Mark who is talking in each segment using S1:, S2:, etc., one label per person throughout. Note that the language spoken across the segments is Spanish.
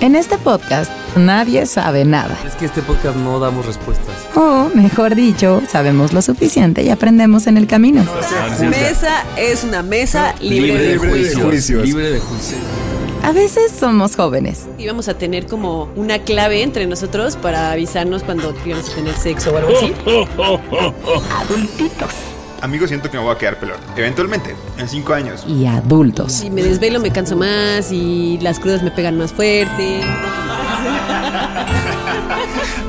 S1: En este podcast nadie sabe nada.
S2: Es que este podcast no damos respuestas.
S1: O, mejor dicho, sabemos lo suficiente y aprendemos en el camino.
S3: Mesa es una mesa libre, de
S2: juicios.
S3: juicio.
S2: Libre de juicio.
S1: A veces somos jóvenes.
S3: Y vamos a tener como una clave entre nosotros para avisarnos cuando íbamos a tener sexo o algo así.
S4: Amigo, siento que me voy a quedar pelón. Eventualmente, en cinco años.
S1: Y adultos.
S3: Si me desvelo me canso más y las crudas me pegan más fuerte.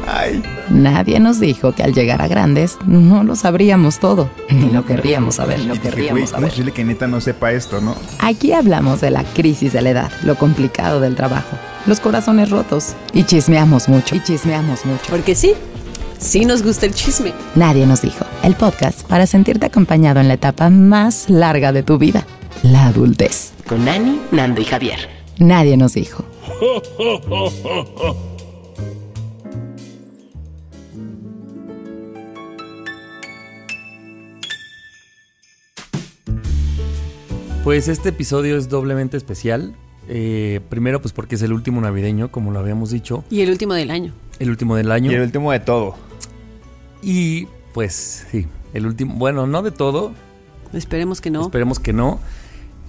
S4: Ay.
S1: Nadie nos dijo que al llegar a grandes no lo sabríamos todo. Ni lo querríamos saber. Lo
S4: Güey,
S1: querríamos
S4: ¿cómo es
S1: saber.
S4: posible que neta no sepa esto, no?
S1: Aquí hablamos de la crisis de la edad, lo complicado del trabajo, los corazones rotos. Y chismeamos mucho. Y chismeamos mucho.
S3: Porque sí, sí nos gusta el chisme.
S1: Nadie nos dijo. El podcast para sentirte acompañado en la etapa más larga de tu vida, la adultez.
S5: con Ani, Nando y Javier.
S1: Nadie nos dijo.
S2: Pues este episodio es doblemente especial. Eh, primero, pues porque es el último navideño, como lo habíamos dicho,
S3: Y el último del año.
S2: el último del año.
S4: Y el último de todo.
S2: Y pues sí, el último, bueno, no de todo,
S3: Esperemos que no.
S2: esperemos que no,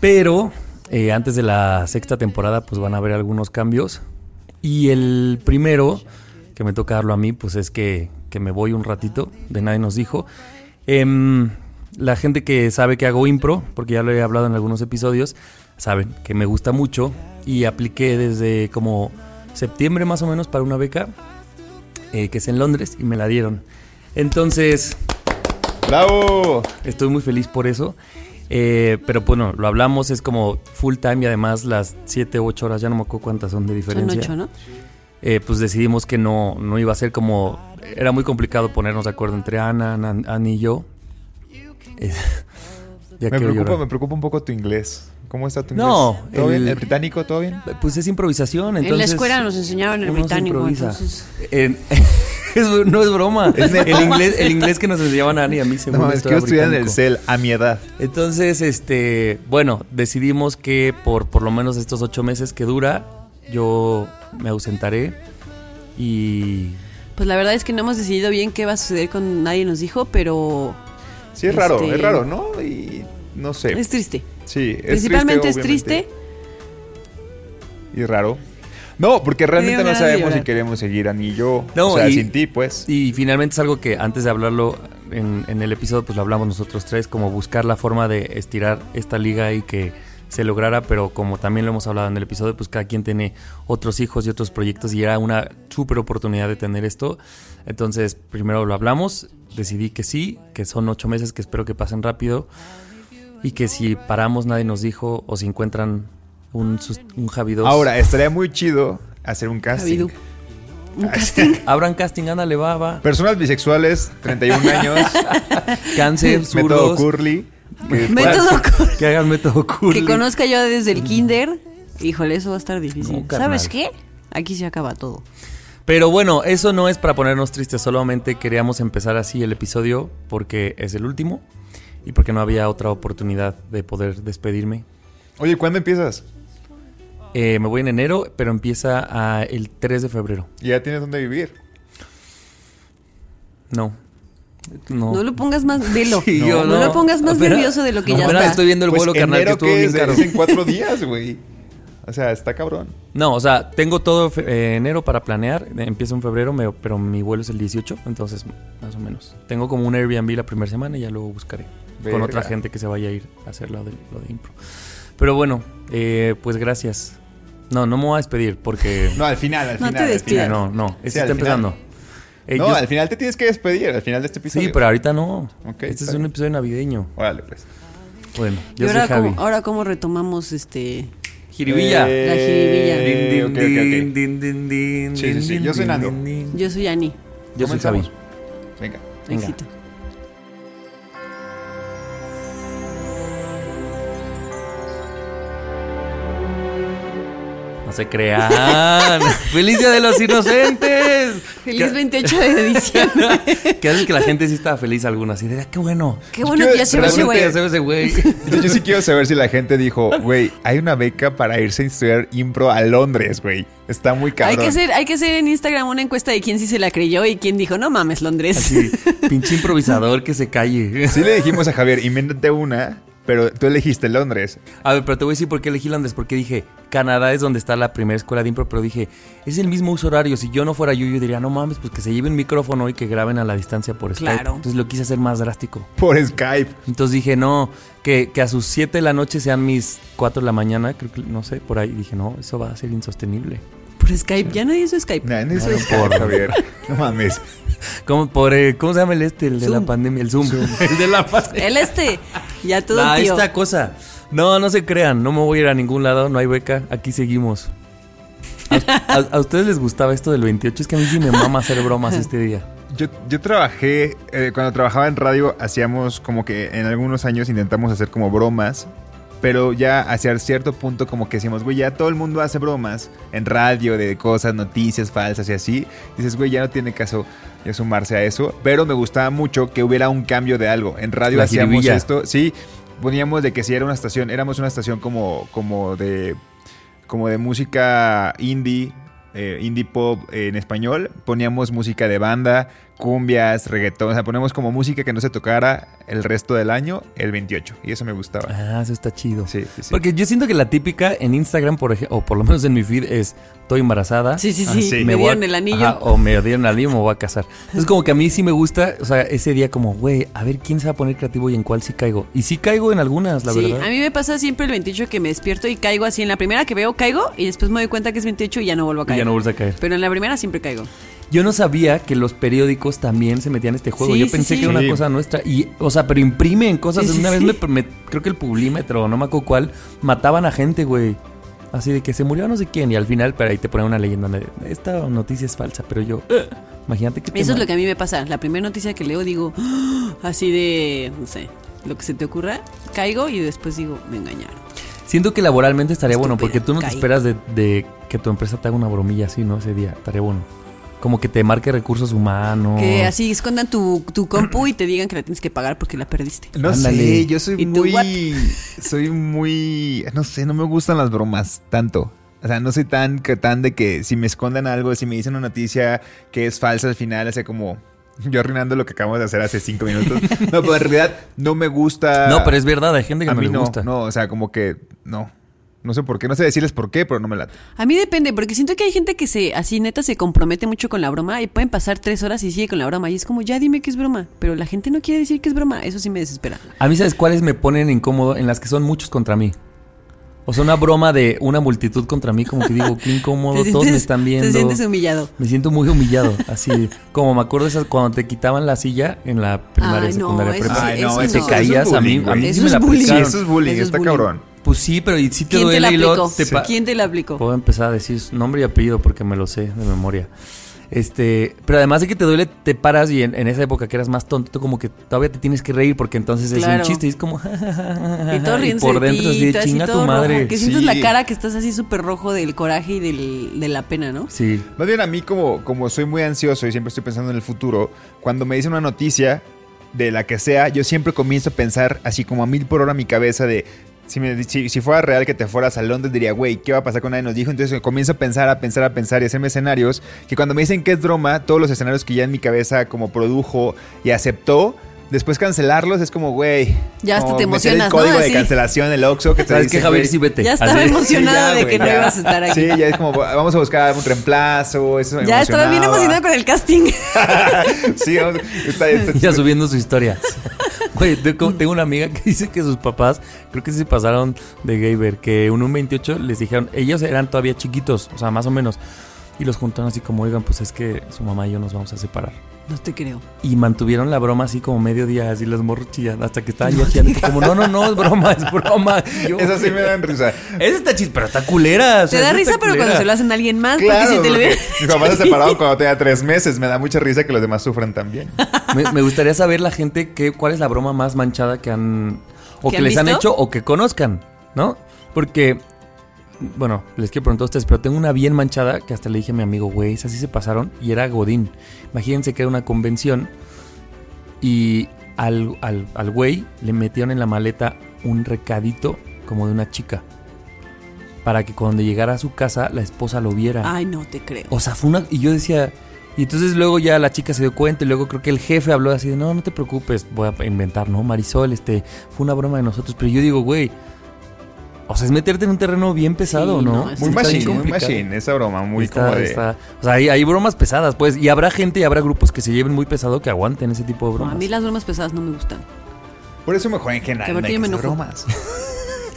S2: pero eh, antes de la sexta temporada pues van a haber algunos cambios. Y el primero, que me toca darlo a mí, pues es que, que me voy un ratito, de nadie nos dijo. Em, la gente que sabe que hago impro, porque ya lo he hablado en algunos episodios, saben que me gusta mucho y apliqué desde como septiembre más o menos para una beca eh, que es en Londres y me la dieron. Entonces,
S4: ¡Bravo!
S2: Estoy muy feliz por eso. Eh, pero bueno, lo hablamos, es como full time y además las 7 u 8 horas, ya no me acuerdo cuántas son de
S3: Son
S2: diferencia.
S3: ocho, ¿no?
S2: Eh, pues decidimos que no, no iba a ser como. Era muy complicado ponernos de acuerdo entre Ana, Nan- Ani y yo. Eh, ya
S4: Me
S2: quiero
S4: preocupa,
S2: llorar.
S4: me preocupa un poco tu inglés. ¿Cómo está tu inglés?
S2: No,
S4: ¿Todo
S2: el-
S4: bien? ¿El británico? ¿Todo bien?
S2: Pues es improvisación, entonces.
S3: en la escuela nos enseñaban el
S2: uno se
S3: británico.
S2: improvisa.
S3: Entonces,
S2: En- es- no es broma.
S4: Es neta.
S2: el, inglés, el inglés que nos enseñaban a Ani y a mí se
S4: No mames, quiero estudiar en el CEL a mi edad.
S2: Entonces, este, bueno, decidimos que por por lo menos estos ocho meses que dura, yo me ausentaré y
S3: pues la verdad es que no hemos decidido bien qué va a suceder con nadie nos dijo, pero
S4: Sí, es raro,
S3: Este-
S4: es raro, ¿no? Y no sé.
S3: es triste.
S4: sí, es
S3: Principalmente es
S4: obviamente.
S3: triste.
S4: Y raro. No, porque realmente
S3: Me dio
S4: no
S3: ganas de
S4: sabemos si
S3: llorar.
S4: queremos seguir a ni yo.
S2: No,
S4: o sea,
S2: y-
S4: sin ti, pues.
S2: y finalmente es algo que antes de hablarlo en, en el episodio, pues lo hablamos nosotros tres, como buscar la forma de estirar esta liga y que se lograra, pero como también lo hemos hablado en el episodio, pues cada quien tiene otros hijos y otros proyectos y era una súper oportunidad de tener esto. Entonces, primero lo hablamos, decidí que sí, que son ocho meses, que espero que pasen rápido y que si paramos nadie nos dijo o si encuentran un, sus- un Javi 2,
S4: Ahora, eh. estaría muy chido hacer un casting.
S3: Javidú. Un casting.
S2: abran casting, ándale, va, va,
S4: Personas bisexuales, 31 años,
S2: cáncer,
S4: método
S2: zurdos,
S4: curly. que
S3: Método
S4: puedas-
S3: Curly.
S2: que hagan método
S3: que
S2: curly.
S3: conozca yo desde el kinder, híjole, eso va a estar difícil.
S2: No, carnal.
S3: ¿Sabes qué? Aquí se acaba todo.
S2: Pero bueno, eso no es para ponernos tristes, solamente queríamos empezar así el episodio porque es el último y porque no había otra oportunidad de poder despedirme.
S4: pues, Oye, ¿cuándo empiezas?
S2: Eh, me voy en enero, pero empieza ah, el 3 de febrero.
S4: ¿Y ya tienes dónde vivir?
S2: No. No.
S3: No, lo pongas más, velo.
S2: Sí,
S3: no,
S2: yo
S3: no lo pongas más
S2: Apenas-
S3: nervioso de lo que ya
S2: apenas
S3: está.
S2: estoy viendo el
S4: Pues,
S2: vuelo, carnal, que
S4: enero,
S2: estuvo
S4: ¿qué
S2: bien
S4: es?
S2: caro.
S4: Es en cuatro días, güey. O sea, está cabrón.
S2: No, o sea, tengo todo fe- eh, enero para planear. Empiezo en febrero, me- pero mi vuelo es el 18, entonces más o menos. Tengo como un Airbnb la primera semana y ya luego buscaré con
S4: Verga.
S2: otra gente que se vaya a ir a hacer lo de, lo de impro. Pero bueno, eh, pues gracias. No, no me voy a despedir porque...
S4: No, al final, al
S3: No
S4: final.
S3: te
S4: al
S3: despidas.
S4: final.
S2: no, no,
S4: Sí,
S2: esto
S4: al
S2: está
S4: final.
S2: empezando. Eh,
S4: No,
S2: yo-
S4: al final te tienes que despedir, al final de este episodio.
S2: sí, pero ahorita no.
S4: Ok,
S2: este es
S4: está
S2: un
S4: bien.
S2: episodio navideño.
S4: Órale, pues.
S2: Bueno,
S3: y
S2: yo soy
S3: ahora
S2: Javi.
S3: cómo, ahora cómo retomamos este
S2: Jiribilla.
S3: La jiribilla.
S4: Eh, ok, ok, ok.
S2: din, din, din,
S4: Sí, sí, sí, yo soy Nando.
S2: din.
S3: yo soy Ani
S2: Yo soy
S4: Comenzamos.
S2: Javi.
S4: Venga.
S2: Venga.
S3: éxito
S2: No se crean. ¡Feliz Día de los Inocentes!
S3: feliz
S2: Que-
S3: 28 de diciembre
S2: Que haces que la gente sí estaba feliz alguna. Así de, "Ah, qué bueno.
S3: qué bueno que ya se ve ese
S2: Realmente
S3: güey
S2: ya se ve ese güey.
S4: Yo, yo sí quiero saber si la gente dijo, güey, hay una beca para irse a estudiar impro a Londres, güey. Está muy
S3: hay
S4: cabrón.
S3: que hacer hay que hacer en Instagram una encuesta de quién sí se la creyó y quién dijo no mames Londres
S2: Así, pinche improvisador que se calle.
S4: Sí le dijimos a Javier, invéntate una, pero tú elegiste Londres.
S2: A ver, pero te voy a decir por qué elegí Londres. Porque dije, Canadá es donde está la primera escuela de impro. Pero dije, es el mismo uso horario. Si yo no fuera yo, yo diría, no mames, pues que se lleven micrófono y que graben a la distancia por Skype.
S3: Claro.
S2: Entonces lo quise hacer más drástico.
S4: Por Skype.
S2: Entonces dije, no, que, que a sus 7 de la noche sean mis 4 de la mañana, creo que, no sé, por ahí. Dije, no, eso va a ser insostenible.
S3: por Skype ya nadie hizo Skype
S4: Nah, no es
S2: No,
S4: Skype,
S2: por-
S4: Javier. No mames.
S2: ¿Cómo, por, eh, ¿cómo se llama el este? El de
S3: Zoom.
S2: la pandemia, el Zoom. El de la pandemia.
S3: el este ya todo
S2: Ah,
S3: tío
S2: esta cosa. No, no se crean, no me voy a ir a ningún lado, no hay beca, aquí seguimos. ¿A, a- a ustedes les gustaba esto del 28? Es que a mí sí me mama hacer bromas este día.
S4: Yo, yo trabajé, eh, cuando trabajaba en radio, hacíamos como que en algunos años intentamos hacer como bromas, pero ya hacia cierto punto como que decíamos, güey, ya todo el mundo hace bromas en radio de cosas, noticias falsas y así. Dices, güey, ya no tiene caso ya sumarse a eso, pero me gustaba mucho que hubiera un cambio de algo. En radio
S2: La
S4: hacíamos
S2: jiribilla.
S4: esto, sí, poníamos de que si era una estación, éramos una estación como, como de como de música indie, eh, indie pop eh, en español. Poníamos música de banda, cumbias, reggaetón. O sea, ponemos como música que no se tocara el resto del año, el 28. Y eso me gustaba.
S2: Ah, eso está chido.
S4: Sí, sí, sí.
S2: Porque yo siento que la típica en Instagram, por ej- o por lo menos en mi feed, es estoy embarazada.
S3: Sí, sí,
S4: Ah,
S3: sí.
S4: sí.
S3: Me,
S2: voy a-
S3: dieron el anillo.
S2: Ajá, o me dieron el anillo y me voy a casar. Entonces, como que a mí sí me gusta, o sea, ese día como, güey, a ver quién se va a poner creativo y en cuál sí caigo. Y sí caigo en algunas, la
S3: sí,
S2: verdad.
S3: a mí me pasa siempre el 28 que me despierto y caigo así. En la primera que veo caigo y después me doy cuenta que es 28 y ya no vuelvo a
S2: Y
S3: caer.
S2: ya no vuelves a caer.
S3: Pero en la primera siempre caigo.
S2: Yo no sabía que los periódicos también se metían a este juego.
S3: Sí,
S2: Yo
S3: sí,
S2: pensé
S3: sí.
S2: que era
S4: Sí.
S2: una cosa nuestra. Y, o sea, pero imprimen cosas.
S3: Sí, sí,
S2: una vez
S3: sí.
S2: me, me- creo que el Publímetro, no me acuerdo cuál, mataban a gente, güey. Así de que se murió no sé quién. Y al final, pero ahí te ponen una leyenda. donde, Esta noticia es falsa, pero yo. "Eh". imagínate que. te
S3: Eso es
S2: ma-
S3: lo que a mí me pasa. La primera noticia que leo digo "Ah", así de, no sé, lo que se te ocurra, caigo y después digo, me engañaron.
S2: Siento que laboralmente estaría bueno,
S3: Estúpida,
S2: porque tú no te
S3: caí.
S2: esperas de, de que tu empresa te haga una bromilla así, ¿no? Ese día. Estaría bueno. Como que te marque recursos humanos.
S3: Que así escondan tu, tu compu y te digan que la tienes que pagar porque la perdiste.
S4: No
S2: Ándale.
S4: sé, yo soy
S3: ¿Y tú, what?
S4: muy. Soy muy. No sé, no me gustan las bromas tanto. O sea, no soy tan, que- tan de que si me escondan algo, si me dicen una noticia que es falsa al final, hace como. Yo arruinando lo que acabamos de hacer hace cinco minutos. No, pero en realidad no me gusta.
S2: No, pero es verdad, hay gente que
S4: a
S2: no
S4: mí
S2: le
S4: no,
S2: gusta.
S4: no, o sea, como que no. No sé por qué, no sé decirles por qué, pero no me late.
S3: A mí depende, porque siento que hay gente que se, así neta, se compromete mucho con la broma y pueden pasar tres horas y sigue con la broma. Y es como, ya dime que es broma. Pero la gente no quiere decir que es broma. Eso sí me desespera.
S2: A mí, ¿sabes cuáles me ponen incómodo? En las que son muchos contra mí. O sea, una broma de una multitud contra mí, como que digo, qué incómodo,
S3: Te
S2: todos me
S3: sientes-
S2: están
S3: te
S2: viendo.
S3: sientes humillado.
S2: Me siento muy humillado, así. Como me acuerdo esas cuando te quitaban la silla en la primaria,
S3: Ay, no,
S2: secundaria,
S3: eso
S2: prepa.
S3: sí, Ay, no, eso
S2: te
S3: no.
S2: caías
S4: Eso es
S2: a mí,
S4: bullying,
S2: a mí
S4: güey.
S2: sí
S3: Eso
S2: me
S3: es
S2: la
S3: bullying.
S4: Sí,
S2: aplicaron.
S4: eso es bullying,
S3: Eso es
S4: está
S3: bullying.
S4: cabrón.
S2: Pues sí, pero y sí te
S3: ¿Quién te
S2: duele
S3: la
S2: y luego
S3: aplicó?
S2: te pa-
S3: ¿Quién te la aplicó?
S2: Puedo empezar a decir su nombre y apellido porque me lo sé de memoria. Este, pero además de que te duele, te paras y en, en esa época que eras más tonto, tú como que todavía te tienes que reír porque entonces es
S3: Claro.
S2: un chiste y es como.
S3: Y todo riéndose
S2: por
S3: de ti,
S2: dentro
S3: y
S2: así
S3: tú
S2: de
S3: así
S2: chinga
S3: todo
S2: tu madre.
S3: rojo, que sientes la
S4: Sí.
S3: cara que estás así súper rojo del coraje y del, de la pena, ¿no?
S2: Sí.
S4: Más bien a mí, como, como soy muy ansioso y siempre estoy pensando en el futuro, cuando me dicen una noticia de la que sea, yo siempre comienzo a pensar así como a mil por hora en mi cabeza de... Si, me- si- si fuera real que te fueras a Londres, diría, güey, ¿qué va a pasar con nadie nos dijo? Entonces comienzo a pensar, a pensar, a pensar y hacerme escenarios que cuando me dicen que es broma, todos los escenarios que ya en mi cabeza como produjo y aceptó, Después cancelarlos es como, güey.
S3: Ya hasta
S4: como
S3: te
S4: meter
S3: emocionas,
S4: El código
S3: ¿no?
S4: de
S3: Así.
S4: cancelación, el Oxxo que te
S2: ¿Sabes
S4: dice,
S2: qué, Javier?
S4: güey,
S2: Sí, vete.
S3: Ya estaba
S2: Así.
S4: Sí,
S3: emocionada de
S4: güey,
S3: que no
S4: ya.
S3: ibas a estar ahí.
S4: Sí, ya es como, vamos a buscar un reemplazo. Eso
S3: ya estaba bien
S2: ah.
S3: emocionada con el casting.
S4: con. sí, vamos- está, está-
S2: Ya subiendo su historia. Güey, tengo tengo una amiga que dice que sus papás, creo que sí se pasaron de Gaber, que en un 28 les dijeron, ellos eran todavía chiquitos, o sea, más o menos, y los juntaron así como, oigan, pues es que su mamá y yo nos vamos a separar.
S3: No te creo.
S2: Y mantuvieron la broma así como medio día, así los morros chillando, hasta que estaban ya chillando, fue como, no, no, no, es broma, es broma. Y yo,
S4: Esas sí me dan risa.
S2: Esa está chis, pero está culera. o
S3: Te
S2: sea,
S3: da
S2: esa
S3: risa,
S2: está
S3: pero cuando
S2: culera.
S3: se lo hacen a alguien más, porque
S4: Claro,
S3: si te lo
S4: porque
S3: hubieran
S4: mis papás se
S3: hecho a
S4: separaron
S3: mí.
S4: cuando tenía tres meses. Me da mucha risa que los demás sufran también.
S2: Me, me gustaría saber la gente que, cuál es la broma más manchada que han. o
S3: ¿Que
S2: que,
S3: han
S2: les han
S3: visto?
S2: hecho o que conozcan, ¿no? Porque. Bueno, les quiero preguntar a ustedes, pero tengo una bien manchada que hasta le dije a mi amigo, güey, esas sí se pasaron y era Godín. Imagínense que era una convención y al, al, al güey le metieron en la maleta un recadito como de una chica para que cuando llegara a su casa la esposa lo viera.
S3: Ay, no te creo.
S2: O sea, fue una. Y yo decía. Y entonces luego ya la chica se dio cuenta y luego creo que el jefe habló así de, no, no te preocupes, voy a inventar, ¿no? Marisol, este, fue una broma de nosotros. Pero yo digo, güey, o sea, es meterte en un terreno bien pesado,
S3: Sí,
S2: ¿no?
S3: no, es-
S4: Muy
S2: Está bien
S4: machine, muy
S2: complicado.
S4: machine. Esa broma, muy
S2: Está-
S4: como de.
S2: está- o sea, hay, hay bromas pesadas, pues. Y habrá gente y habrá grupos que se lleven muy pesado que aguanten ese tipo de
S3: No, a
S2: bromas.
S3: mí las bromas pesadas no me gustan.
S4: Por eso mejor en general.
S3: Que a
S4: no
S3: ver,
S4: hay
S3: yo me
S4: que hacer
S3: enojo.
S4: bromas.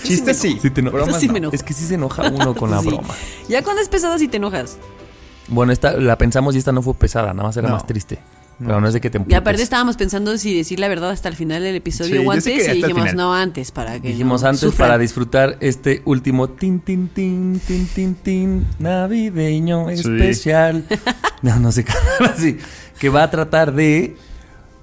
S4: Chistes sí.
S2: Sí te eno-
S4: bromas
S3: Eso sí
S4: no.
S3: me enojo.
S2: Es que sí se enoja uno con la
S3: Sí.
S2: broma.
S3: Ya cuando es pesada sí te enojas.
S2: Bueno, esta la pensamos y esta no fue pesada, nada más era
S4: No.
S2: más triste. Pero no es de que te
S3: Y
S2: emputes.
S3: aparte estábamos pensando si decir la verdad hasta el final del
S4: Sí,
S3: episodio
S4: yo
S3: o
S4: sí
S3: antes
S4: quería
S3: y
S4: hasta el
S3: dijimos
S4: final.
S3: no antes para que
S2: Dijimos
S3: no
S2: antes
S3: sufran.
S2: para disfrutar este último tin tin tin tin tin tin navideño
S4: Sí.
S2: especial. No, no sé, así que va a tratar de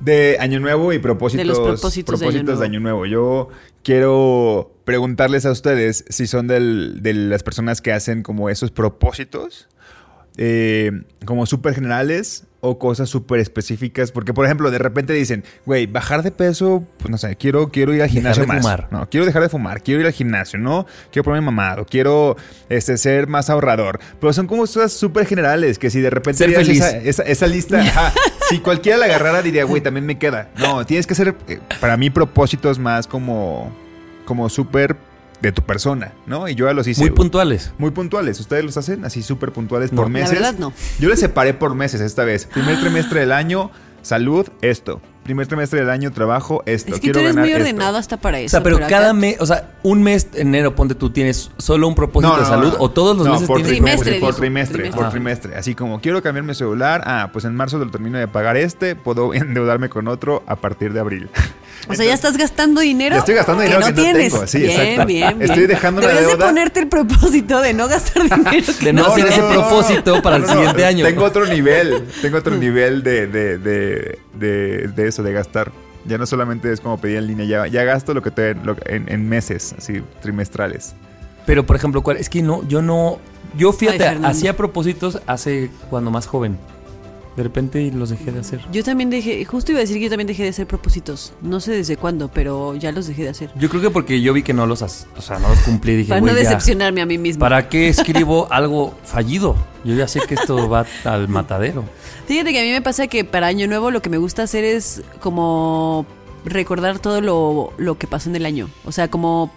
S4: De Año Nuevo y propósitos,
S3: De los propósitos de Año
S4: propósitos de, Año Nuevo. Yo quiero preguntarles a ustedes si son del- de las personas que hacen como esos propósitos, eh, como súper generales o cosas súper específicas. Porque, por ejemplo, de repente dicen, güey, bajar de peso, pues no sé, quiero, quiero ir al
S2: Dejar
S4: gimnasio
S2: de
S4: más.
S2: fumar.
S4: No, quiero dejar de fumar, quiero ir al gimnasio, ¿no? Quiero ponerme mamado, quiero este, ser más ahorrador. Pero son como cosas súper generales que si de repente...
S2: Ser
S4: haces
S2: feliz.
S4: esa- esa, esa lista, ajá, si cualquiera la agarrara diría, güey, también me queda. No, tienes que hacer eh, para mí propósitos más como, como súper de tu persona, ¿no? Y yo ya los hice.
S2: muy
S4: güey.
S2: puntuales.
S4: Muy puntuales. ¿Ustedes los hacen así súper puntuales
S2: No.
S4: por
S2: La
S4: meses?
S3: verdad, no. Ah.
S4: Yo les separé por meses esta vez. Primer trimestre del año, salud, esto. Primer trimestre del año, trabajo, esto.
S3: Es que
S4: Quiero
S3: tú eres
S4: ganar
S3: muy
S4: esto.
S3: ordenado hasta para eso.
S2: O sea, pero,
S3: acá-
S2: cada mes, o sea, un mes de enero ponte tú tienes solo un propósito
S4: No, no,
S2: de salud
S4: no, no.
S2: o todos los
S4: No,
S2: meses
S4: por
S2: tienes
S3: Trimestre,
S4: por
S3: dijo.
S4: trimestre,
S3: Trimestre.
S4: por trimestre. Así como quiero cambiar mi celular, ah, pues en marzo lo termino de pagar este, puedo endeudarme con otro a partir de abril.
S3: O sea, ya estás gastando dinero.
S4: Ya estoy gastando dinero que no
S3: tienes.
S4: tengo, sí,
S3: bien,
S4: exacto.
S3: bien, bien.
S4: Estoy dejando la
S3: Deberías de
S4: deuda.
S3: ponerte el propósito de no gastar dinero. que
S2: De no
S3: no-
S2: hacer ese propósito para el
S4: No, no,
S2: siguiente año.
S4: Tengo otro nivel, tengo otro nivel de, de, de, de, de eso, de gastar. Ya no solamente es como pedir en línea, ya, ya gasto lo que te lo- en, en meses, así trimestrales.
S2: Pero por ejemplo, ¿cuál? es que no yo no yo fíjate,
S3: Fernando.
S2: hacía propósitos hace cuando más joven. De repente los dejé de hacer.
S3: Yo también dejé, justo iba a decir que yo también dejé de hacer propósitos. No sé desde cuándo, pero ya los dejé de hacer.
S2: Yo creo que porque yo vi que no los, as- o sea, no los cumplí, dije,
S3: Para no
S2: "Güey, ya".
S3: decepcionarme a mí misma.
S2: ¿Para qué escribo algo fallido? Yo ya sé que esto va al matadero.
S3: Fíjate que a mí me pasa que para Año Nuevo lo que me gusta hacer es como recordar todo lo, lo que pasó en el año. O sea, como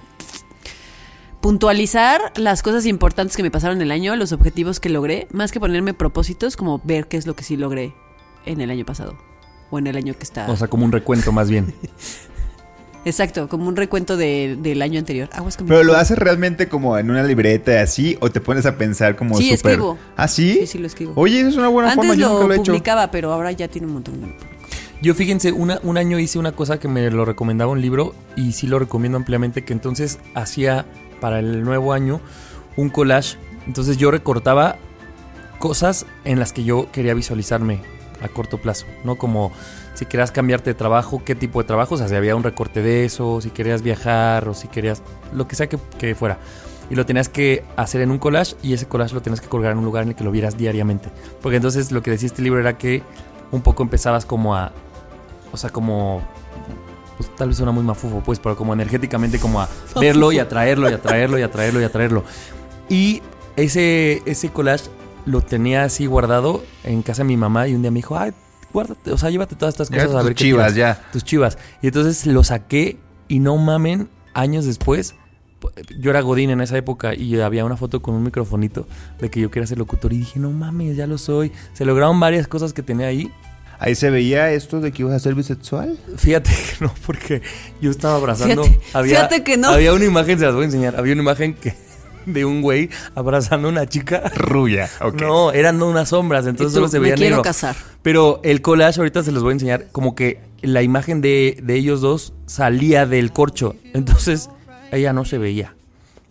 S3: puntualizar las cosas importantes que me pasaron en el año, los objetivos que logré, más que ponerme propósitos, como ver qué es lo que sí logré en el año pasado o en el año que está.
S2: O sea, como un recuento más bien.
S3: Exacto, como un recuento de- del año anterior. Aguas con mi-
S4: Pero lo haces realmente como en una libreta así, o te pones a pensar como
S3: Sí,
S4: súper-
S3: escribo.
S4: ¿Ah, sí?
S3: Sí, sí lo escribo.
S4: Oye, eso es una buena forma,
S3: Antes
S4: yo nunca
S3: lo,
S4: lo he hecho.
S3: publicaba, pero ahora ya tiene un montón de...
S2: Yo fíjense, una- un año hice una cosa que me lo recomendaba un libro y sí lo recomiendo ampliamente, que entonces hacía para el nuevo año un collage. Entonces yo recortaba cosas en las que yo quería visualizarme a corto plazo, ¿no? Como si querías cambiarte de trabajo, qué tipo de trabajo, o sea, si había un recorte de eso, si querías viajar o si querías lo que sea que, que fuera. Y lo tenías que hacer en un collage y ese collage lo tenías que colgar en un lugar en el que lo vieras diariamente. Porque entonces lo que decía este libro era que un poco empezabas como a, o sea, como, pues, tal vez suena muy mafufo, pues, pero como energéticamente como a verlo y atraerlo y atraerlo y atraerlo y atraerlo. Y ese, ese collage lo tenía así guardado en casa de mi mamá y un día me dijo, ay, guárdate, o sea, llévate todas estas
S4: Llévate
S2: cosas a
S4: tus
S2: ver qué
S4: chivas,
S2: tiras,
S4: ya.
S2: Tus chivas. Y entonces lo saqué y no mamen, años después, p- yo era Godín en esa época y había una foto con un microfonito de que yo quería ser locutor y dije, no mames, ya lo soy. Se lograron varias cosas que tenía ahí.
S4: Ahí se veía esto de que ibas a ser bisexual.
S2: Fíjate que no, porque yo estaba abrazando.
S3: Fíjate- fíjate que no.
S2: Había una imagen, se las voy a enseñar. Había una imagen que, de un güey abrazando a una chica.
S4: Rubia, ok.
S2: No, eran unas sombras, entonces
S3: Y tú,
S2: solo se
S3: me
S2: veía
S3: quiero
S2: negro.
S3: casar.
S2: Pero el collage ahorita se los voy a enseñar, como que la imagen de, de ellos dos salía del corcho, entonces ella no se veía.